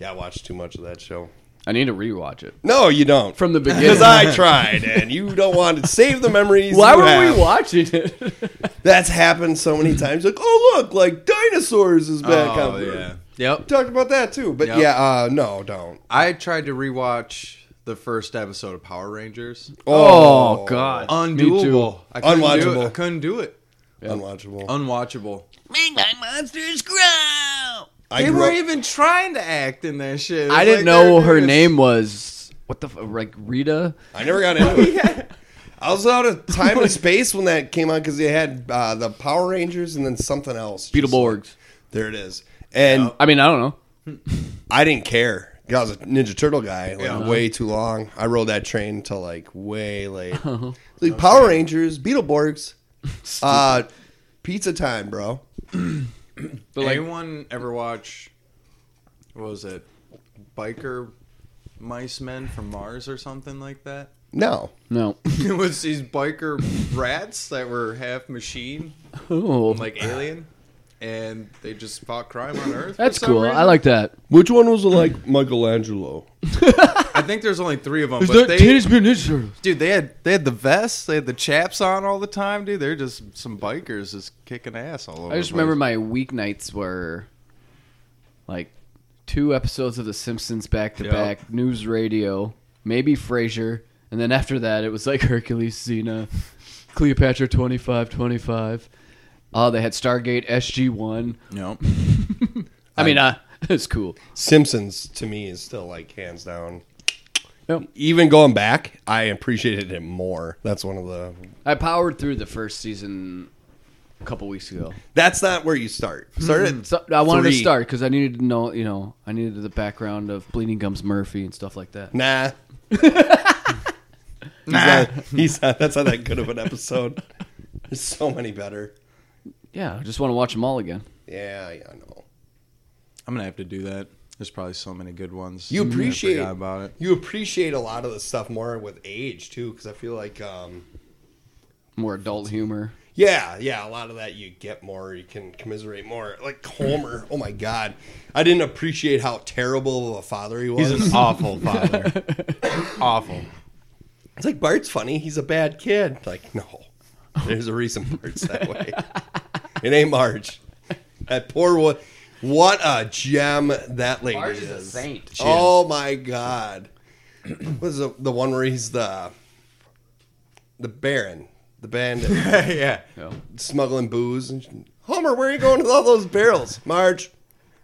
Yeah, I watched too much of that show. I need to rewatch it No, you don't. from the beginning. because I tried, and you don't want to save the memories. Why you were have. we watching it? That's happened so many times. Like, oh look, like dinosaurs is back Oh, up. yeah. We Yep. Talked about that too, but Yep. yeah, uh, no, don't. I tried to rewatch the first episode of Power Rangers. oh God, Undoable. I couldn't Do Unwatchable. it. I couldn't do it. unwatchable. Unwatchable. Make my monsters grow. they I grew were up- even trying to act in that shit. It was I didn't like they know were her doing this- name was what the f- like Rita. I never got into it. I was out of time and space when that came on because they had uh, the Power Rangers and then something else. Beetleborgs. There it is. And I mean, I don't know. I didn't care. I was a Ninja Turtle guy like way too long. I rode that train till like way late. Like Power Rangers, Beetleborgs, uh, pizza time, bro. Anyone ever watch? What was it? Biker mice men from Mars or something like that. No, No. It was these biker rats that were half machine, Oh, like alien, and they just fought crime on Earth. for that's some cool. reason. I like that. which one was like Michelangelo? I think there's only three of them. Is But that they, Teenage Mutant Ninja Turtles? dude, they had they had the vests, they had the chaps on all the time, dude. They're just some bikers just kicking ass all over. I just the place. remember my weeknights were like two episodes of The Simpsons back to Yeah. back, news radio, maybe Frasier, and then after that it was like Hercules, Xena, Cleopatra 2525. Oh, they had Stargate SG1. Nope. I mean, uh, it's cool. Simpsons to me is still like hands down. Yep. Even going back, I appreciated it more. That's one of the. I powered through the first season a couple weeks ago. That's not where you start. Start at So I wanted to three. start because I needed to know, you know, I needed the background of Bleeding Gums Murphy and stuff like that. Nah. he's, not, he's not. That's not that good of an episode. There's so many better. Yeah, I just want to watch them all again. Yeah, yeah, I know. I'm gonna have to do that. There's probably so many good ones. You Mm, I appreciate forgot about it. You appreciate a lot of the stuff more with age too, because I feel like, um, More adult humor. yeah, yeah, a lot of that you get more. You can commiserate more. Like Homer. Oh my God, I didn't appreciate how terrible of a father he was. He's an awful father. awful. it's like Bart's funny. He's a bad kid. Like no, there's a reason Bart's that way. it ain't Marge. That poor one. What a gem that lady is. saint. Oh my god! What is the, the one where he's the the Baron, the bandit, yeah. smuggling booze? And sh- Homer, where are you going with all those barrels? Marge,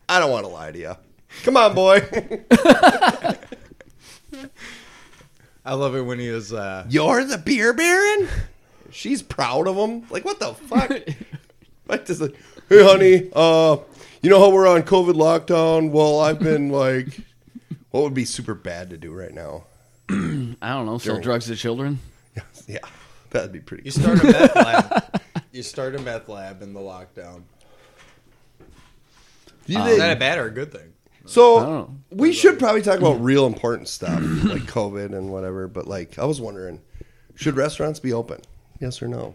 I don't want to lie to you. Come on, boy. I love it when he was uh You're the beer Baron. She's proud of him. Like what the fuck? like just like, hey, honey. Uh, you know how we're on COVID lockdown? Well, I've been like, what would be super bad to do right now? I don't know. Sell drugs to children. Yeah, that'd be pretty. You start a meth lab. You start a meth lab in the lockdown. You Is did- that a bad or a good thing? I don't So know. we should probably talk about real important stuff like COVID and whatever. But like, I was wondering, should restaurants be open? Yes or no?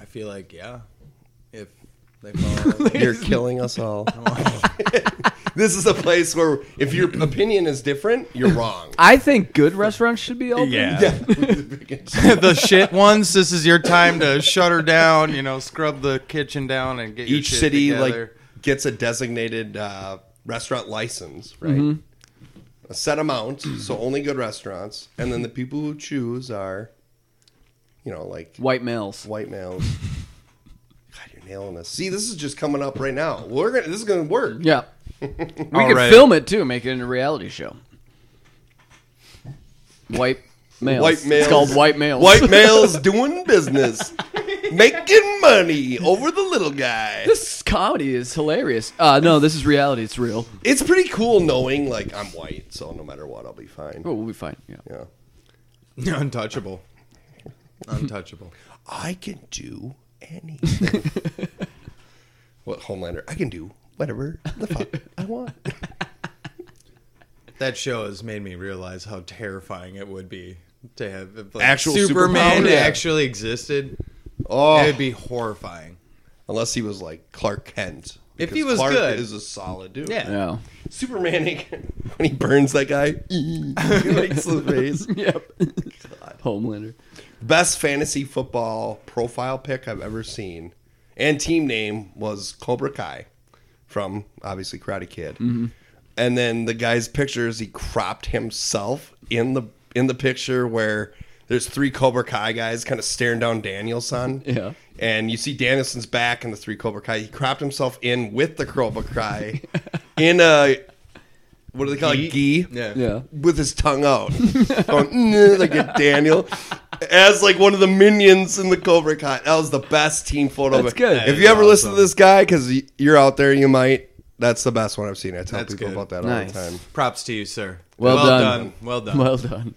I feel like yeah. If they follow You're killing us all. this is a place where if your opinion is different, you're wrong. I think good restaurants should be open. yeah. the shit ones, this is your time to shut her down, you know, scrub the kitchen down and get your Each shit city together. like gets a designated uh, restaurant license, right? Mm-hmm. A set amount, so only good restaurants, and then the people who choose are, you know, like White males. white males. God, you're nailing this. See, this is just coming up right now. We're gonna. This is gonna work. Yeah. We could Alright. film it too, make it into a reality show. White males. White males. It's called white males. White males doing business, making money over the little guy. This comedy is hilarious. Uh, no, this is reality. It's real. It's pretty cool knowing like I'm white, so no matter what, I'll be fine. Oh, we'll be fine. Yeah. Yeah, untouchable. Untouchable. I can do anything. what Homelander? I can do whatever the fuck I want. That show has made me realize how terrifying it would be to have if, like, Actual Superman superpower? Yeah. actually existed. Oh, It would be horrifying. unless he was like Clark Kent. If because he was Clark good. is a solid dude. Yeah. Yeah. Superman he, when he burns that guy, he makes the face. Yep. Homelander. Best fantasy football profile pick I've ever seen, and team name was Cobra Kai, from obviously Karate Kid. And then the guy's pictures he cropped himself in the in the picture where there's three Cobra Kai guys kind of staring down Danielson. Yeah. and you see Danielson's back and the three Cobra Kai. He cropped himself in with the Cobra Kai in a what do they call it? Gi. Yeah. Yeah. With his tongue out, going "Mm," like a Daniel, as like one of the minions in the Cobra Kai. That was the best team photo. That's good. If you ever listen to this guy, because you're out there, you might. That's the best one I've seen. I tell That's people good. about that all Nice. the time. Props to you, sir. Well done. Well done. Well done.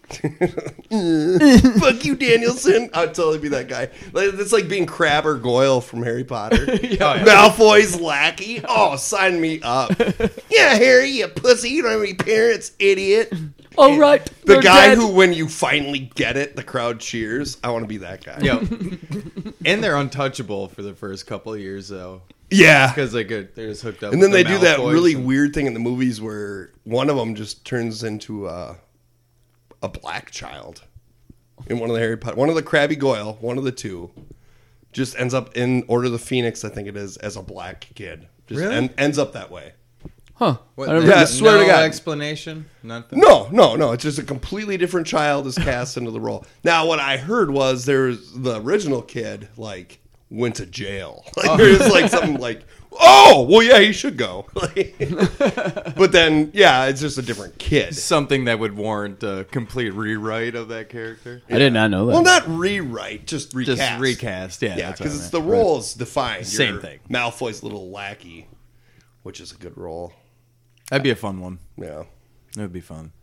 Fuck you, Danielson. I'd totally be that guy. Like, it's like being Crab or Goyle from Harry Potter. Malfoy's lackey. Oh, sign me up. yeah, Harry, you pussy. You don't have any parents, idiot. All right. The they're guy dead. who, when you finally get it, the crowd cheers. I want to be that guy. Yo. and they're untouchable for the first couple of years, though. Yeah. Because they could, they're just hooked up. And with then they the do that Malfoys really and- weird thing in the movies where one of them just turns into a, a black child in one of the Harry Potter, one of the Krabby Goyle, one of the two, just ends up in Order of the Phoenix, I think it is, as a black kid. Just Really? en- ends up that way. Huh. What, I don't there's Yeah, I swear no to God. explanation? Nothing? No, no, no. It's just a completely different child is cast into the role. Now, what I heard was there's the original kid like went to jail. Like Oh. there's like something like, oh, well, yeah, he should go. Like, but then, yeah, it's just a different kid. Something that would warrant a complete rewrite of that character. I did not know that. Well, not rewrite, just recast. Just recast. Yeah. Yeah, that's what I because it's meant. the role is defined. Same You're thing. Malfoy's little lackey, which is a good role. That'd be a fun one. Yeah. That would be fun.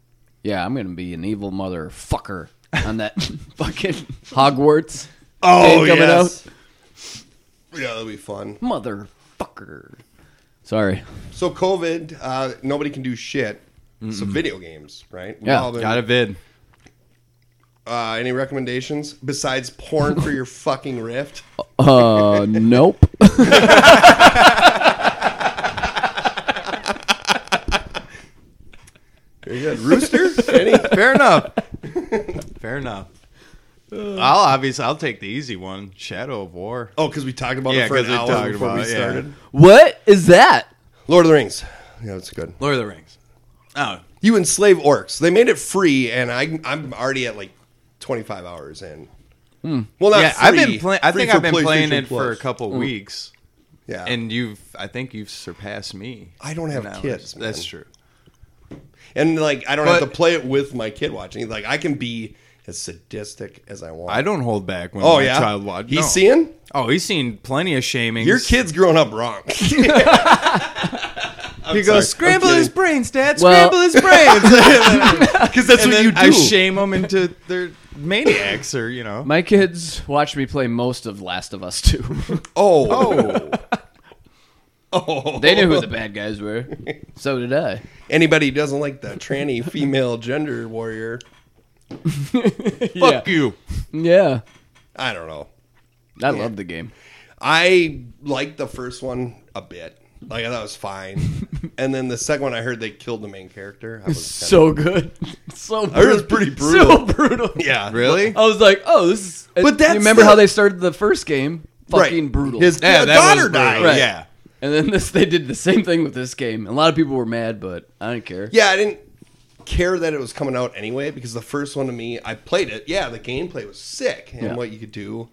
yeah, I'm gonna be an evil motherfucker on that fucking Hogwarts Oh, coming yes. Yeah, that'll be fun. motherfucker. Sorry. So COVID, uh, nobody can do shit. So video games, right? We've Yeah, all been- Got a vid. uh, any recommendations besides porn for your fucking rift? Oh. Uh, nope. Very good. Rooster? any? Fair enough. Fair enough. I'll obviously I'll take the easy one. Shadow of War. Oh, because we talked about Yeah, it for an 'cause we hour talked before about we it, yeah. started. what is that? Lord of the Rings. Yeah, that's good. Lord of the Rings. Oh, You enslave orcs. They made it free, and I, I'm already at like 25 hours in. Well, not Hmm. yeah. I've been free. playing. I Free think for I've been playing PlayStation it for a Plus. couple weeks, Yeah, and you've. I think you've surpassed me. I don't have in hours. kids, man. That's true. and like I don't have But- to play it with my kid watching. Like I can be as sadistic as I want. I don't hold back when Oh my yeah, child watches. he's seeing. Oh, he's seen plenty of shaming. Your kid's growing up wrong. He goes sorry. I'm scramble his kidding. brains, Dad. Well- Scramble his brains. Because that's and what then you do. I shame them into their maniacs, or you know. My kids watched me play most of Last of Us 2. oh. oh. they knew who the bad guys were. So did I. Anybody who doesn't like the tranny female gender warrior, yeah. Fuck you. Yeah. I don't know. I love the game. I liked the first one a bit. Like, I thought it was fine. and then the second one, I heard they killed the main character. I was kinda- So good. So I heard it was pretty So brutal. brutal. yeah. Really? I was like, oh, this is. But that's you remember the- how they started the first game? Fucking Right. brutal. His Yeah, that was daughter brutal. died. Right. Yeah. and then this, they did the same thing with this game. A lot of people were mad, but I didn't care. Yeah, I didn't care that it was coming out anyway because the first one to me, I played it. Yeah, the gameplay was sick and Yeah. what you could do,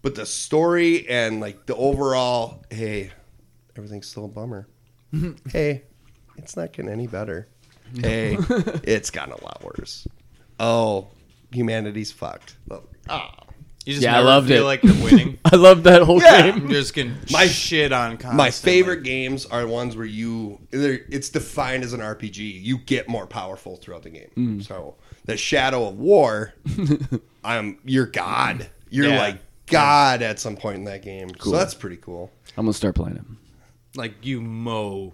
but the story and like the overall, hey, everything's still a bummer. hey, it's not getting any better. Hey, it's gotten a lot worse. Oh, humanity's fucked. Well, ah. You just Yeah, I never loved feel it. like you're winning. I loved that whole Yeah. game. I'm just getting My- my shit on constantly. My favorite games are ones where you they're- it's defined as an RPG. You get more powerful throughout the game. Hmm. So the Shadow of War, I'm you're God. You're Yeah. like God at some point in that game. So that's pretty cool. I'm gonna start playing it. like you mow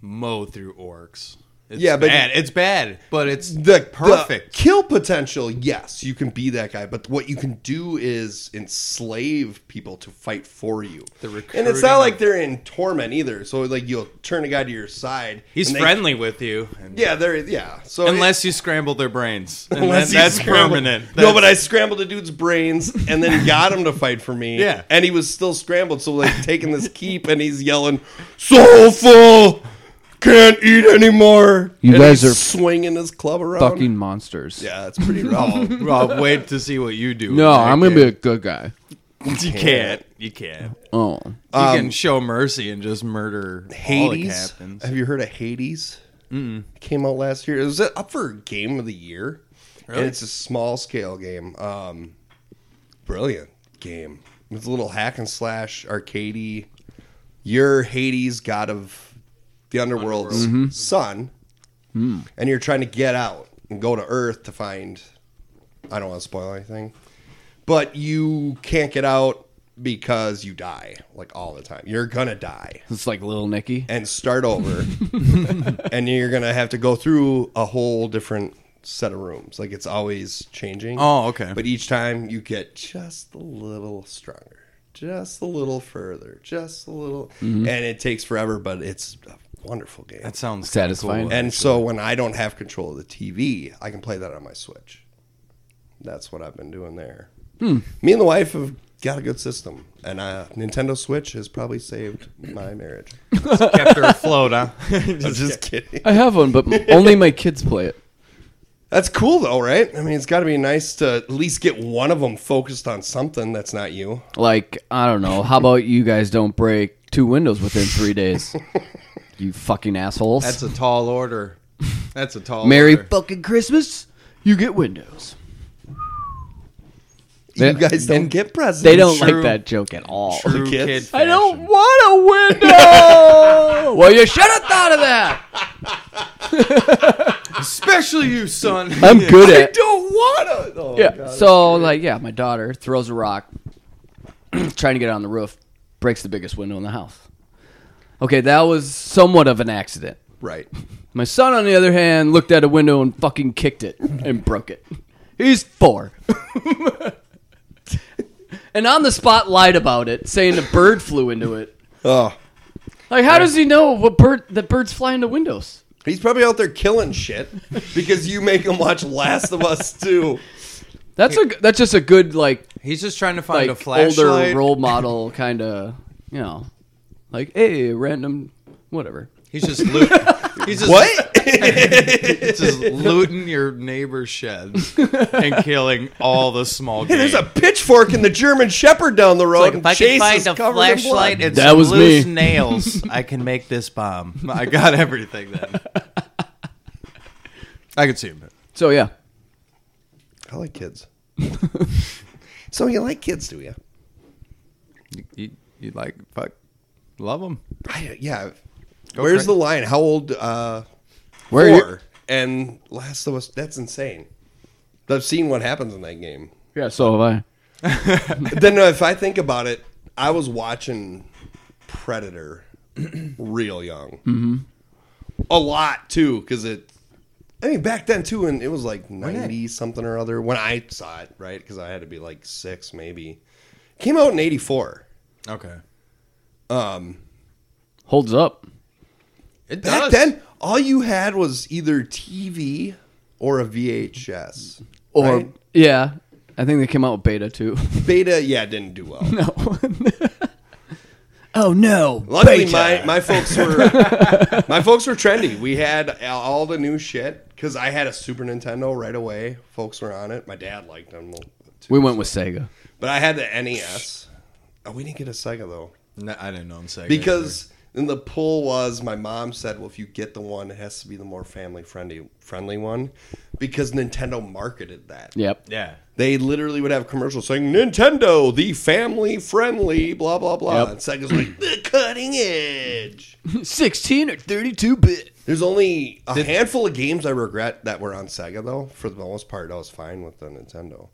mow through orcs. It's Yeah, but- bad. it's bad, but it's the perfect. the kill potential yes you can be that guy but what you can do is enslave people to fight for you The and it's recruiting- not like they're in torment either so like you'll turn a guy to your side He's and they- friendly with you. and- yeah they're yeah so Unless you scramble their brains, and Unless then you that's scramble- permanent. no, but I That's- scrambled a dude's brains and then got him to fight for me. Yeah. and he was still scrambled. So like taking this keep and he's yelling, "So full, can't eat anymore." You And guys he's are swinging his club around. Fucking monsters. yeah, it's pretty rough. Rob, wait to see what you do. No, I'm gonna be a Okay. good guy. You can't. You can't. Oh, You can show mercy and just murder Hades. Um, Hades. captains. Have you heard of Hades? mm Came out last year. It was up for Game of the Year, and it's a small scale game. Um, brilliant game. It's a little hack and slash arcadey. You're Hades, god of the underworld's son, and you're trying to get out and go to Earth to find. I don't want to spoil anything, but you can't get out because you die like all the time. You're gonna die it's like Little Nicky. and start over. and you're going to have to go through a whole different set of rooms. Like it's always changing. Oh, okay. But each time you get just a little stronger, just a little further, just a little. Mm-hmm. And it takes forever, but it's a wonderful game. that sounds kinda Satisfying. Cool. and so when I don't have control of the TV, I can play that on my Switch. That's what I've been doing there. Hmm. Me and the wife have got a good system, and uh, Nintendo Switch has probably saved my marriage. kept her afloat, huh? I'm just kidding. I have one, but m- only my kids play it. That's cool though, right? I mean, it's got to be nice to at least get one of them focused on something that's not you. Like I don't know. How about you guys don't break two windows within three days? you fucking assholes. That's a tall order. That's a tall Merry order. fucking Christmas. You get windows. They- you guys don't get presents. They don't True. like that joke at all. True kids. kid I don't fashion. want a window. well, you should have thought of that. Especially you, son. I'm good at. don't want to. Oh, yeah. God. so like, yeah, my daughter throws a rock, trying to get on the roof, breaks the biggest window in the house. Okay, that was somewhat of an accident. Right. My son, on the other hand, looked at a window and fucking kicked it and broke it. He's four. and on the spot lied about it, saying a bird flew into it. Oh, Like, how does he know what bird that birds fly into windows? he's probably out there killing shit because you make him watch Last of Us too. That's a that's just a good like He's just trying to find like a flashlight. older role model kind of you know like hey random whatever He's just looting. He's just What? He's just looting your neighbor's sheds and killing all the small. Game. There's a pitchfork in the German Shepherd down the road. Like, and if I Chase can find is a covered in flashlight blood. and That some was loose me. nails, I can make this bomb. I got everything then. I could see him. so yeah I like kids. so you like kids, do you? You, you, you like fuck, love them. I, yeah. Where's crazy. the line? How old? Uh, Where are you- four. and Last of Us. That's insane. I've seen what happens in that game. yeah so have then if I think about it, I was watching Predator real young, mm-hmm. a lot too, because it. I mean, back then too, and it was like ninety something or other when I saw it, right? Because I had to be like six, maybe. Came out in eighty four. Okay, I holds up it Back does. then, all you had was either TV or a VHS. or right? yeah I think they came out with beta too Beta, yeah, didn't do well. no oh no Luckily, my, my folks were my folks were trendy. We had all the new shit because I had a Super Nintendo right away. Folks were on it. My dad liked them, too, we went with Sega but I had the NES. Oh, we didn't get a Sega though No, I didn't know him saying because then the pull was my mom said, "Well, if you get the one, it has to be the more family friendly friendly one," because Nintendo marketed that. yep yeah, They literally would have commercials saying Nintendo, the family friendly, blah blah blah. Yep. And Sega's like the cutting edge. sixteen or thirty two bit There's only a handful of games I regret that were on Sega though. For the most part, I was fine with the Nintendo.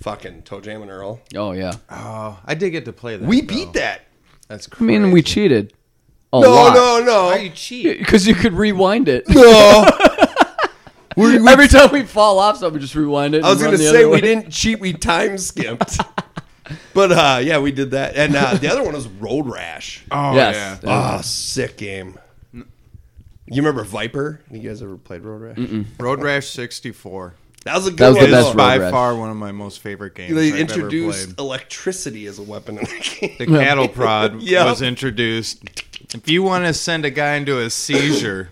Fucking Toe Jam and Earl. oh yeah oh, I did get to play that. We though. beat that. That's crazy. I mean we cheated a No, lot no, Why no. you cheat? because you could rewind it No. Every time we fall off something, we just rewind it. I was going gonna to say we didn't cheat; we time skipped. but uh, yeah, we did that, and uh, the other one was Road Rash. Oh, Oh Yes. yeah. sick game. You remember Viper? You guys ever played Road Rash? Road Rash 64. That was a good was the one. best It's Oh, Road by Rash. far one of my most favorite games. They I've ever introduced played. electricity as a weapon in the game. the cattle prod Yeah. was introduced. If you want to send a guy into a seizure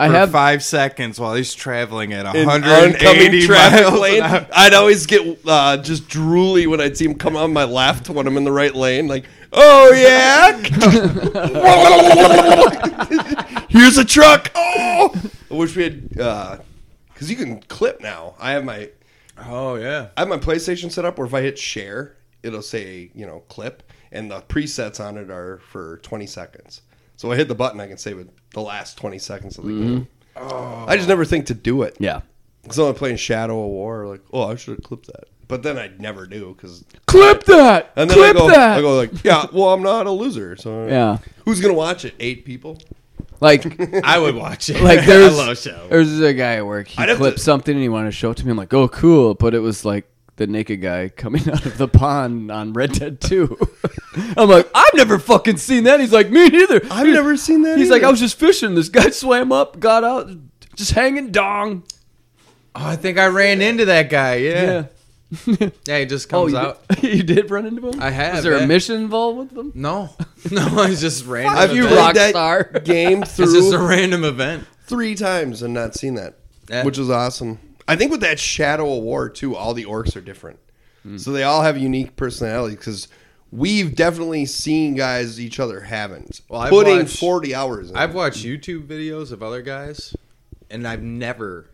I for have five seconds while he's traveling at in 180 miles lane. an hour. I'd always get uh, just drooly when I'd see him come on my left when I'm in the right lane. Like, oh yeah, here's a truck. Oh, I wish we had because you can clip now. I have my Oh yeah. I have my PlayStation set up where if I hit share, it'll say you know clip, and the presets on it are for 20 seconds. So I hit the button, I can save it the last 20 seconds of the game. I just never think to do it. Mm-hmm. yeah. So I'm playing Shadow of War. Like, oh, I should have clipped that. But then I never do because. Clip that. And then Clip I go, that. I go like, yeah, well, I'm not a loser. So Yeah. who's gonna watch it? Eight people. like I would watch it. like there's I love Shadow. there's a guy at work. He I'd have clipped to- something and he wanted to show it to me. I'm like, oh, cool, but it was like the naked guy coming out of the pond on Red Dead 2. I'm like, I've never fucking seen that. He's like, me neither. I've never seen that. He's like, either. I was just fishing. This guy swam up, got out, just hanging dong. Oh, I think I ran into that guy. Yeah. Yeah. Yeah, he just Oh, comes you out. Did, you did run into him. I have, Is there yeah. a mission involved with them? No. No, I just ran I've into you you played rock that star. game It's through just a random event. three times and not seen that, Yeah. which is awesome. I think with that Shadow of War too, all the orcs are different, Hmm. so they all have unique personalities. Because we've definitely seen guys each other haven't Well, I've putting watched- 40 hours. In I've watched YouTube videos of other guys, and I've never,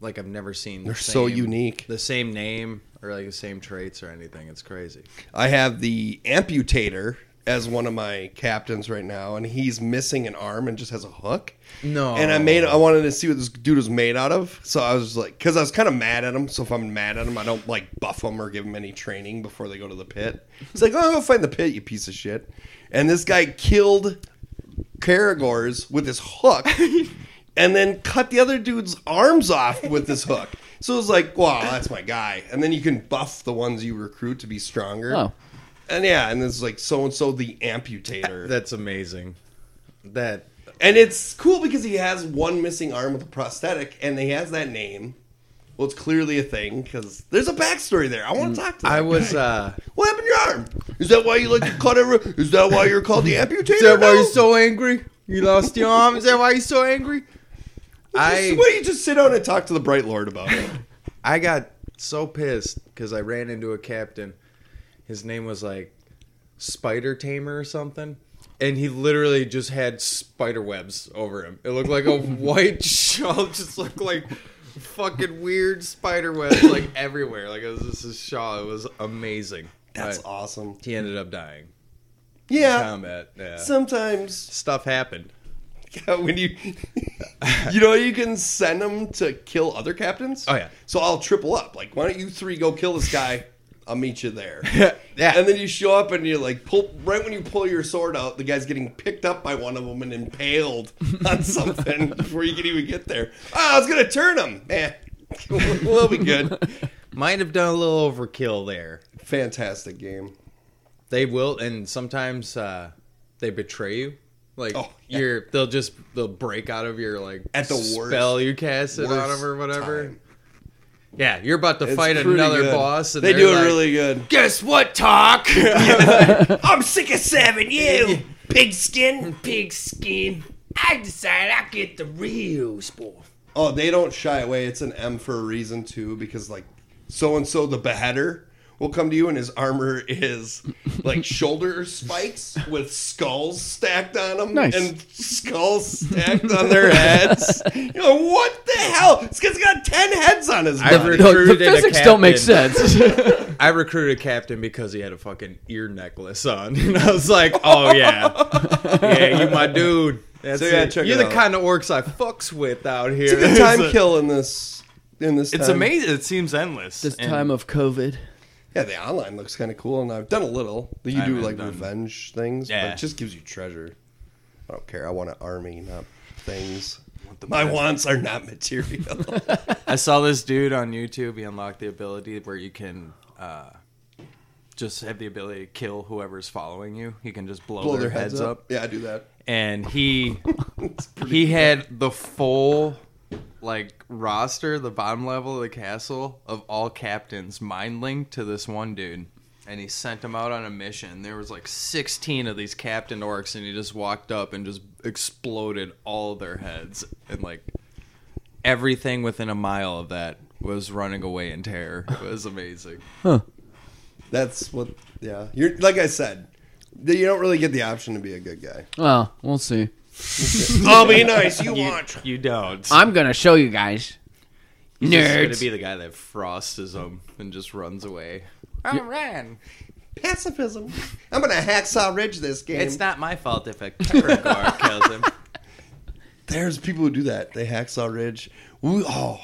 like, I've never seen. They're so unique. The same name or like the same traits or anything. It's crazy. I have the amputator as one of my captains right now, and he's missing an arm and just has a hook. No. And I made I wanted to see what this dude was made out of, so I was just like, because I was kind of mad at him. So if I'm mad at him, I don't like buff him or give him any training before they go to the pit. He's like, "Oh, go find the pit, you piece of shit." And this guy killed Caragors with his hook, and then cut the other dude's arms off with this hook. So it's like, wow, that's my guy. And then you can buff the ones you recruit to be stronger. Oh. And yeah, and it's like so and so the amputator. That's amazing. That and it's cool because he has one missing arm with a prosthetic and he has that name. Well, it's clearly a thing because there's a backstory there. I want to talk to that Mm, I was. guy. uh What happened to your arm? Is that why you like to cut every. Is that why you're called the amputator? Is that why now? you're so angry? You lost your arm. Is that why you're so angry? Why I don't you just sit down and talk to the Bright Lord about it? I got so pissed because I ran into a captain. His name was like Spider Tamer or something. And he literally just had spider webs over him. It looked like a white shawl. Just looked like fucking weird spider webs like everywhere. Like it was just a shawl. It was amazing. That's But awesome. He ended up dying. Uh, Yeah. Combat. Yeah. Sometimes Stuff happened. when you you know you can send them to kill other captains Oh, yeah. so i'll triple up like why don't you three go kill this guy i'll meet you there Yeah. and then you show up and you like pull right when you pull your sword out the guy's getting picked up by one of them and impaled on something before you can even get there oh, i was gonna turn him man we'll be good Might have done a little overkill there. fantastic game they will and sometimes uh they betray you like Oh, yeah. you're they'll just they'll break out of your like At the worst- spell you casted on Worst them or whatever time. yeah you're about to It's fight pretty another good. boss and they they're do it like, really good guess what talk I'm sick of serving you, pigskin. Pigskin. I decide I get the real sport. Oh, they don't shy away. It's an M for a reason too, because like so and so the beheader will come to you and his armor is like shoulder spikes with skulls stacked on them Nice. and skulls stacked on their heads. You know what the hell? This guy's got ten heads on his I've body. heard- No, the Recruited a physics don't make captain. sense. i recruited a captain because he had a fucking ear necklace on and i was like oh yeah yeah you my dude that's So, yeah, it. check it you're the out. kind of orcs i fucks with out here It's a good time kill Um, in this. In this, It's time. amazing. It seems endless. this And time of COVID. Yeah, the online looks kind of cool, and I've done a little. You do haven't like done- revenge things, but Yeah. it just gives you treasure. I don't care. I want an army, not things. My wants are not material. I saw this dude on YouTube. He unlocked the ability where you can uh, just have the ability to kill whoever's following you. You can just blow, Blow their, heads up. Yeah, I do that. and he he had the full like roster, the bottom level of the castle of all captains mind linked to this one dude. And he sent him out on a mission. There was like sixteen of these captain orcs, and he just walked up and just exploded all their heads, and like everything within a mile of that was running away in terror. It was amazing. That's what. Yeah, you're like I said. You don't really get the option to be a good guy. Well, we'll see. I'll be nice. You watch. You don't. I'm gonna show you guys. He's just Nerds. gonna be the guy that frosts him and just runs away. Pacifism. I'm gonna hacksaw ridge this game. It's not my fault if a terror guard kills him. There's people who do that. They hacksaw ridge. We, oh,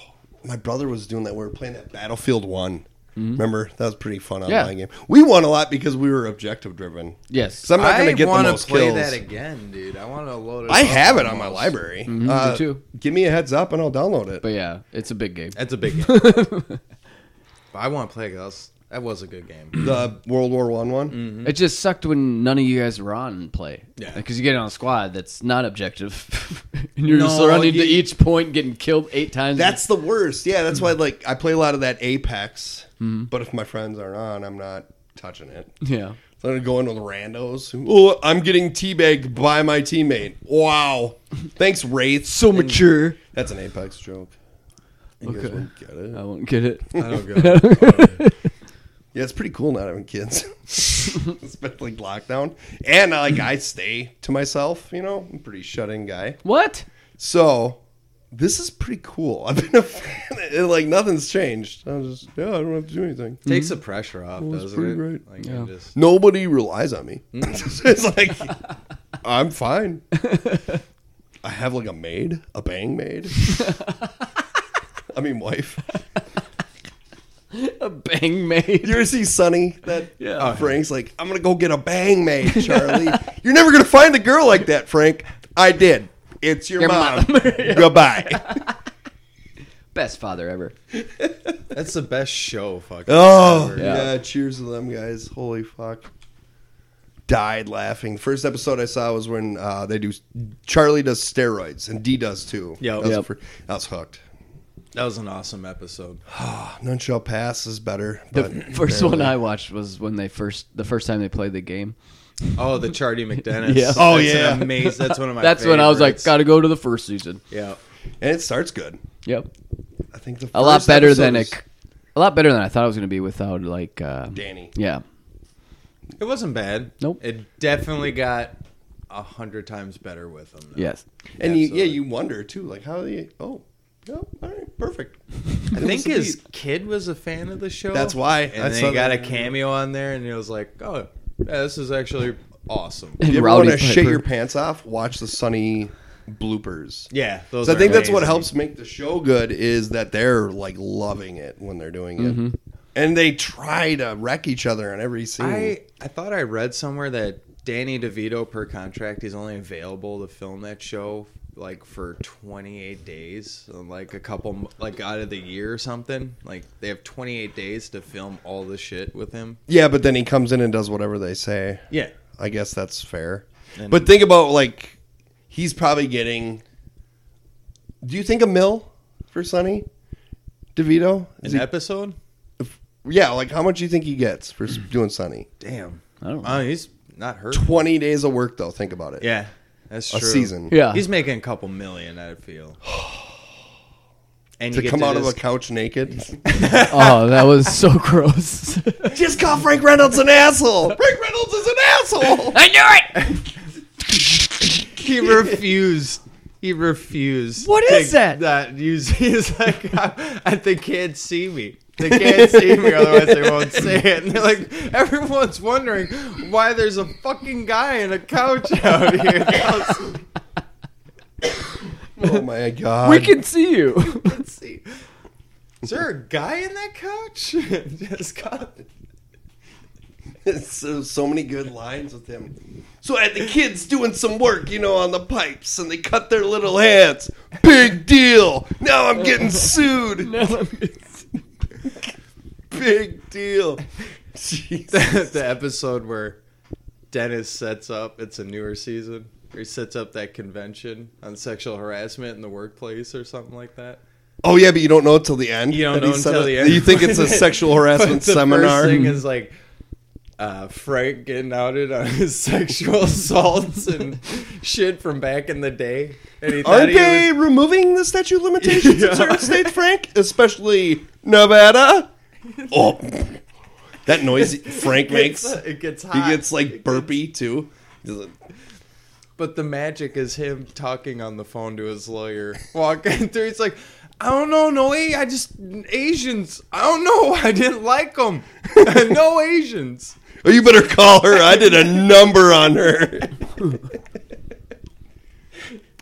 my brother was doing that. We were playing that Battlefield One. Remember that was a pretty fun Yeah. online game. We won a lot because we were objective driven. Yes. So I'm not going to get the wanna most play kills. that again, dude. I want to load it. I up have it on my almost. library. Uh, too. Give me a heads up and I'll download it. But yeah, it's a big game. That's a big game. But I want to play it. 'cause That was a good game. the World War One one. It just sucked when none of you guys were on play. Yeah. Because you get on a squad that's not objective. and you're just No, running you- to each point, getting killed eight times. That's the worst. Yeah, that's why like I play a lot of that Apex. But if my friends aren't on, I'm not touching it. yeah. So I'm going with randos. who- Oh, I'm getting teabagged by my teammate. Wow. Thanks, Wraith. So mature. That's an Apex joke. You guys wouldn't get it. I won't get it. I don't get it. Yeah, it's pretty cool not having kids, especially lockdown. And uh, like I stay to myself. You know, I'm a pretty shut in guy. What? So this is pretty cool. I've been a fan. It, like nothing's changed. I'm just yeah. I don't have to do anything. Takes the pressure off, it's doesn't pretty it? great. Like, you just, Nobody relies on me. it's like I'm fine. I have like a maid, a bang maid. I mean, wife. A bang made. You ever see Sonny? That Yeah. uh, Frank's like, I'm gonna go get a bang made, Charlie. You're never gonna find a girl like that, Frank. I did. It's your, mom. Goodbye. Best father ever. that's the best show, fucking. Oh ever. yeah. cheers to them guys. Holy fuck. Died laughing. First episode I saw was when uh, they do Charlie does steroids and D does too. Yep. that was, Yep. fir- that was hooked. that was an awesome episode. None shall pass is better. The But first one I watched was when they first, the first time they played the game. Oh, the Charlie McDennis. Yeah. Oh, That's an yeah. amazing. That's one of my. That's when I was like, favorites. gotta go to the first season. Yeah. and it starts good. Yep. I think the A lot first better episode than is it. A lot better than I thought it was gonna be without like. Uh, Danny. yeah. It wasn't bad. Nope. It definitely got a hundred times better with them. though. Yes. And you, yeah, Absolutely. you wonder too, like how they. Oh, no, all right, perfect. I think his kid was a fan of the show. That's why And I then saw he got that. a cameo on there, and he was like, "Oh, yeah, this is actually awesome." You ever Rowdy want to shit Piper. your pants off? Watch the Sunny bloopers. Yeah, those So I are think that's what amazing. helps make the show good is that they're like loving it when they're doing it, Mm-hmm. and they try to wreck each other on every scene. I I thought I read somewhere that Danny DeVito per contract is only available to film that show like for 28 days, so, like a couple like out of the year or something. Like they have 28 days to film all the shit with him. yeah, but then he comes in and does whatever they say. Yeah. I guess that's fair. And- but think about like he's probably getting. Do you think a mill for Sonny DeVito? Is An he- episode? yeah, like how much do you think he gets for Mm. s- doing Sonny? Damn. I don't know. Oh, he's not hurt. Twenty days of work though. Think about it. Yeah. That's a true. season. Yeah. He's making a couple million, I feel. And to you come get out of a just- couch naked. oh, that was so gross. Just call Frank Reynolds an asshole. Frank Reynolds is an asshole. I knew it! he refused. He refused. What to- is that? That use he's like, I, they can't see me. They can't see me, otherwise they won't say it. And they're like, everyone's wondering why there's a fucking guy in a couch out here. That was- oh my god. we can see you. Let's see. Is there a guy in that couch? Just got so, so many good lines with him. So I had the kids doing some work, you know, on the pipes, and they cut their little hands. Big deal. Now I'm getting sued. Big deal. the, the episode where Dennis sets up, it's a newer season, where he sets up that convention on sexual harassment in the workplace or something like that. Oh yeah, but you don't know it till the end. You don't That know he said until it. the end. You think it's a sexual But harassment the seminar? first thing is like uh, Frank getting outed on his sexual assaults and shit from back in the day. And he thought Aren't he they was- removing the statute of limitations in certain states, Frank? Especially Nevada? Oh, that noise Frank makes. it gets He hot. uh, gets like burpy too. He's like, But the magic is him talking on the phone to his lawyer, walking through. He's like, I don't know, no, A- I just Asians. I don't know. I didn't like them. no Asians. Oh, you better call her. I did a number on her.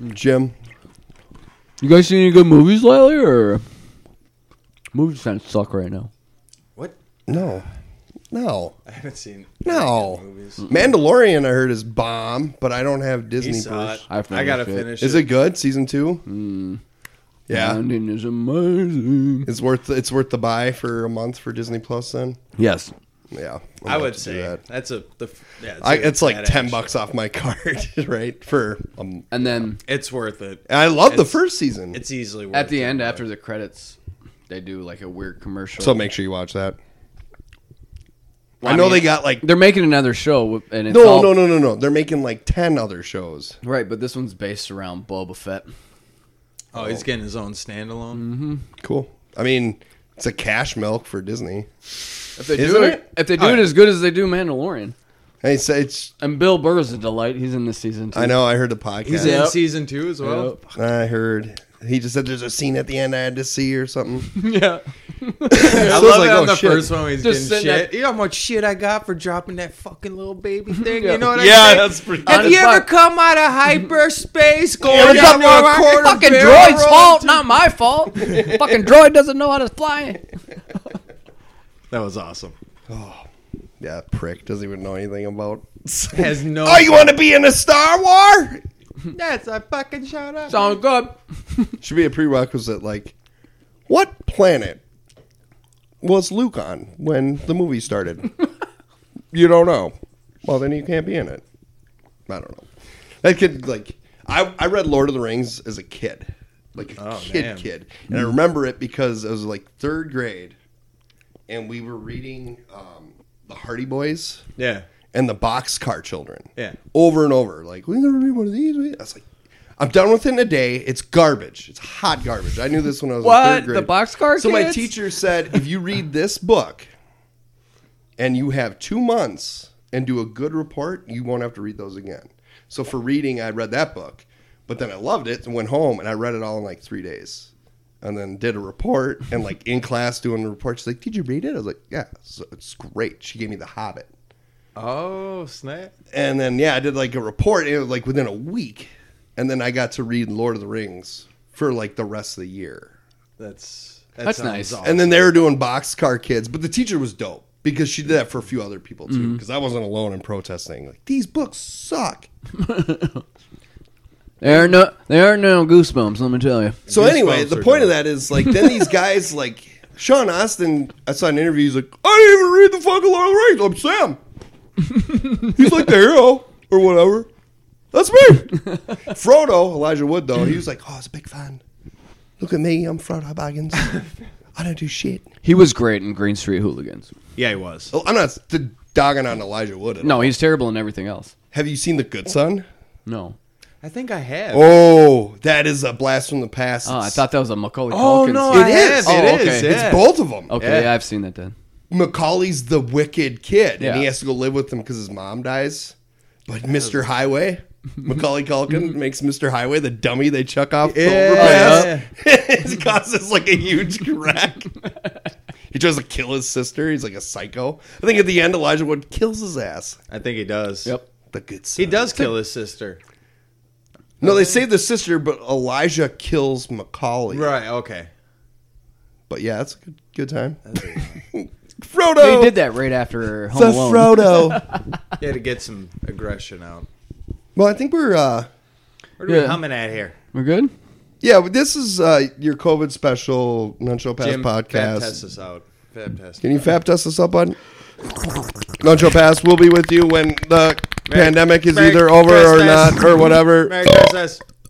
Jim, You guys seen any good movies lately, or movies kind of suck right now? What? no, no, I haven't seen. no. Movies. Mandalorian, I heard is bomb, but I don't have Disney. He saw it. Hmm. version. I I've never gotta seen it. finish. Is it good? Season two? Yeah, Sounding is amazing. it's worth it's worth the buy for a month for Disney Plus. Then Yes. Yeah, I'm I about would to do say that. that's a. The, f- yeah, I, a it's like badass ten show. bucks off my card, right? For um, And then It's worth it. I love the It's- first season, It's easily worth at the it, end, but- after the credits, they do like a weird commercial. so make sure you watch that. I, I know mean- they got like They're making another show, with- and it's no, all, no, no, no, no. They're making like ten other shows. right. But this one's based around Boba Fett. Oh, he's getting his own standalone. Mm-hmm. Cool. I mean, it's a cash milk for Disney. If they Isn't do it, it? if they do it as good as they do Mandalorian, Hey, so it's. and Bill Burr's a delight. He's in this season too. I know. I heard the podcast. He's Yeah. in season two as well. Yep. I heard. He just said there's a scene at the end I had to see or something. Yeah. I So it's love like, it on oh, the shit. first one. when He's Just getting sitting shit. you know how much shit I got for dropping that fucking little baby thing. Yeah. You know what Yeah, I mean? that's pretty- Have Honest you ever fuck. come out of hyperspace going It's down not to a my quarter fucking barrel droid's roll? Oh, fault, not my fault. fucking droid doesn't know how to fly. That was awesome. Yeah, prick doesn't even know anything about. Has no. Oh, you want to be in a Star War? Yes, I fucking shot up. Sounds good. Should be a prerequisite. Like, what planet was Luke on when the movie started? you don't know. Well, then you can't be in it. I don't know. That kid, like, I, I read Lord of the Rings as a kid, like a Oh, kid, man. kid, and I remember it because I was like third grade, and we were reading um, the Hardy Boys yeah. and the Boxcar Children. Yeah. Over and over. Like, we never read one of these. We-" I was like, I'm done with it in a day. It's garbage. It's hot garbage. I knew this when I was in What third grade. the boxcar? So my kids? teacher said, if you read this book and you have two months and do a good report, you won't have to read those again. So for reading, I read that book, but then I loved it and went home and I read it all in like three days. And then did a report and like in class doing the report, she's like, "Did you read it?" I was like, "Yeah, so it's great." She gave me The Hobbit. Oh snap! And then yeah, I did like a report it was like within a week, and then I got to read Lord of the Rings for like the rest of the year. That's That's sounds nice. Awesome. And then they were doing Boxcar Kids, but the teacher was dope because she did that for a few other people too. Because I wasn't alone in protesting. Like these books suck. There are no, there are no goosebumps. Let me tell you. So anyway, Goosebumps the are point of dope. that is like then these guys like Sean Austin. I saw an interview. He's like, I didn't even read the fucking Lord of the Rings. I'm Sam. he's like the hero or whatever. That's me. Frodo, Elijah Wood though, he was like, oh, I was a big fan. Look at me, I'm Frodo Baggins. I don't do shit. He was great in Green Street Hooligans. yeah, he was. Oh, I'm not th- dogging on Elijah Wood. At all. No, he's terrible in everything else. Have you seen The Good Son? No. I think I have. Oh, that is a blast from the past. Oh, I It's- thought that was a Macaulay Oh, Culkin. no, scene. I it is. have. Oh, It is, okay. yeah. It's both of them. Okay, Yeah. I've seen that then. Macaulay's the wicked kid, Yeah. and he has to go live with him because his mom dies. But Mr. Highway, Macaulay Culkin makes Mr. Highway the dummy they chuck off the overpass. it causes like a huge crack. he tries to kill his sister. He's like a psycho. I think at the end, Elijah Wood kills his ass. I think he does. Yep. The good son. He does kill his sister. No, they save the sister, but Elijah kills Macaulay. Right. Okay. But yeah, it's a good, good time. Frodo. They did that right after Home The Alone. Frodo. Yeah, to get some aggression out. well, I think we're. uh What are we Yeah. humming at here? We're good. Yeah, but this is uh your COVID special Nuncho Pass Jim, Fab test podcast. us out. Fab test. Can you fab test us up on Nuncho Pass? We'll be with you when the pandemic is Merry either over or Christmas. not or whatever. Merry Christmas.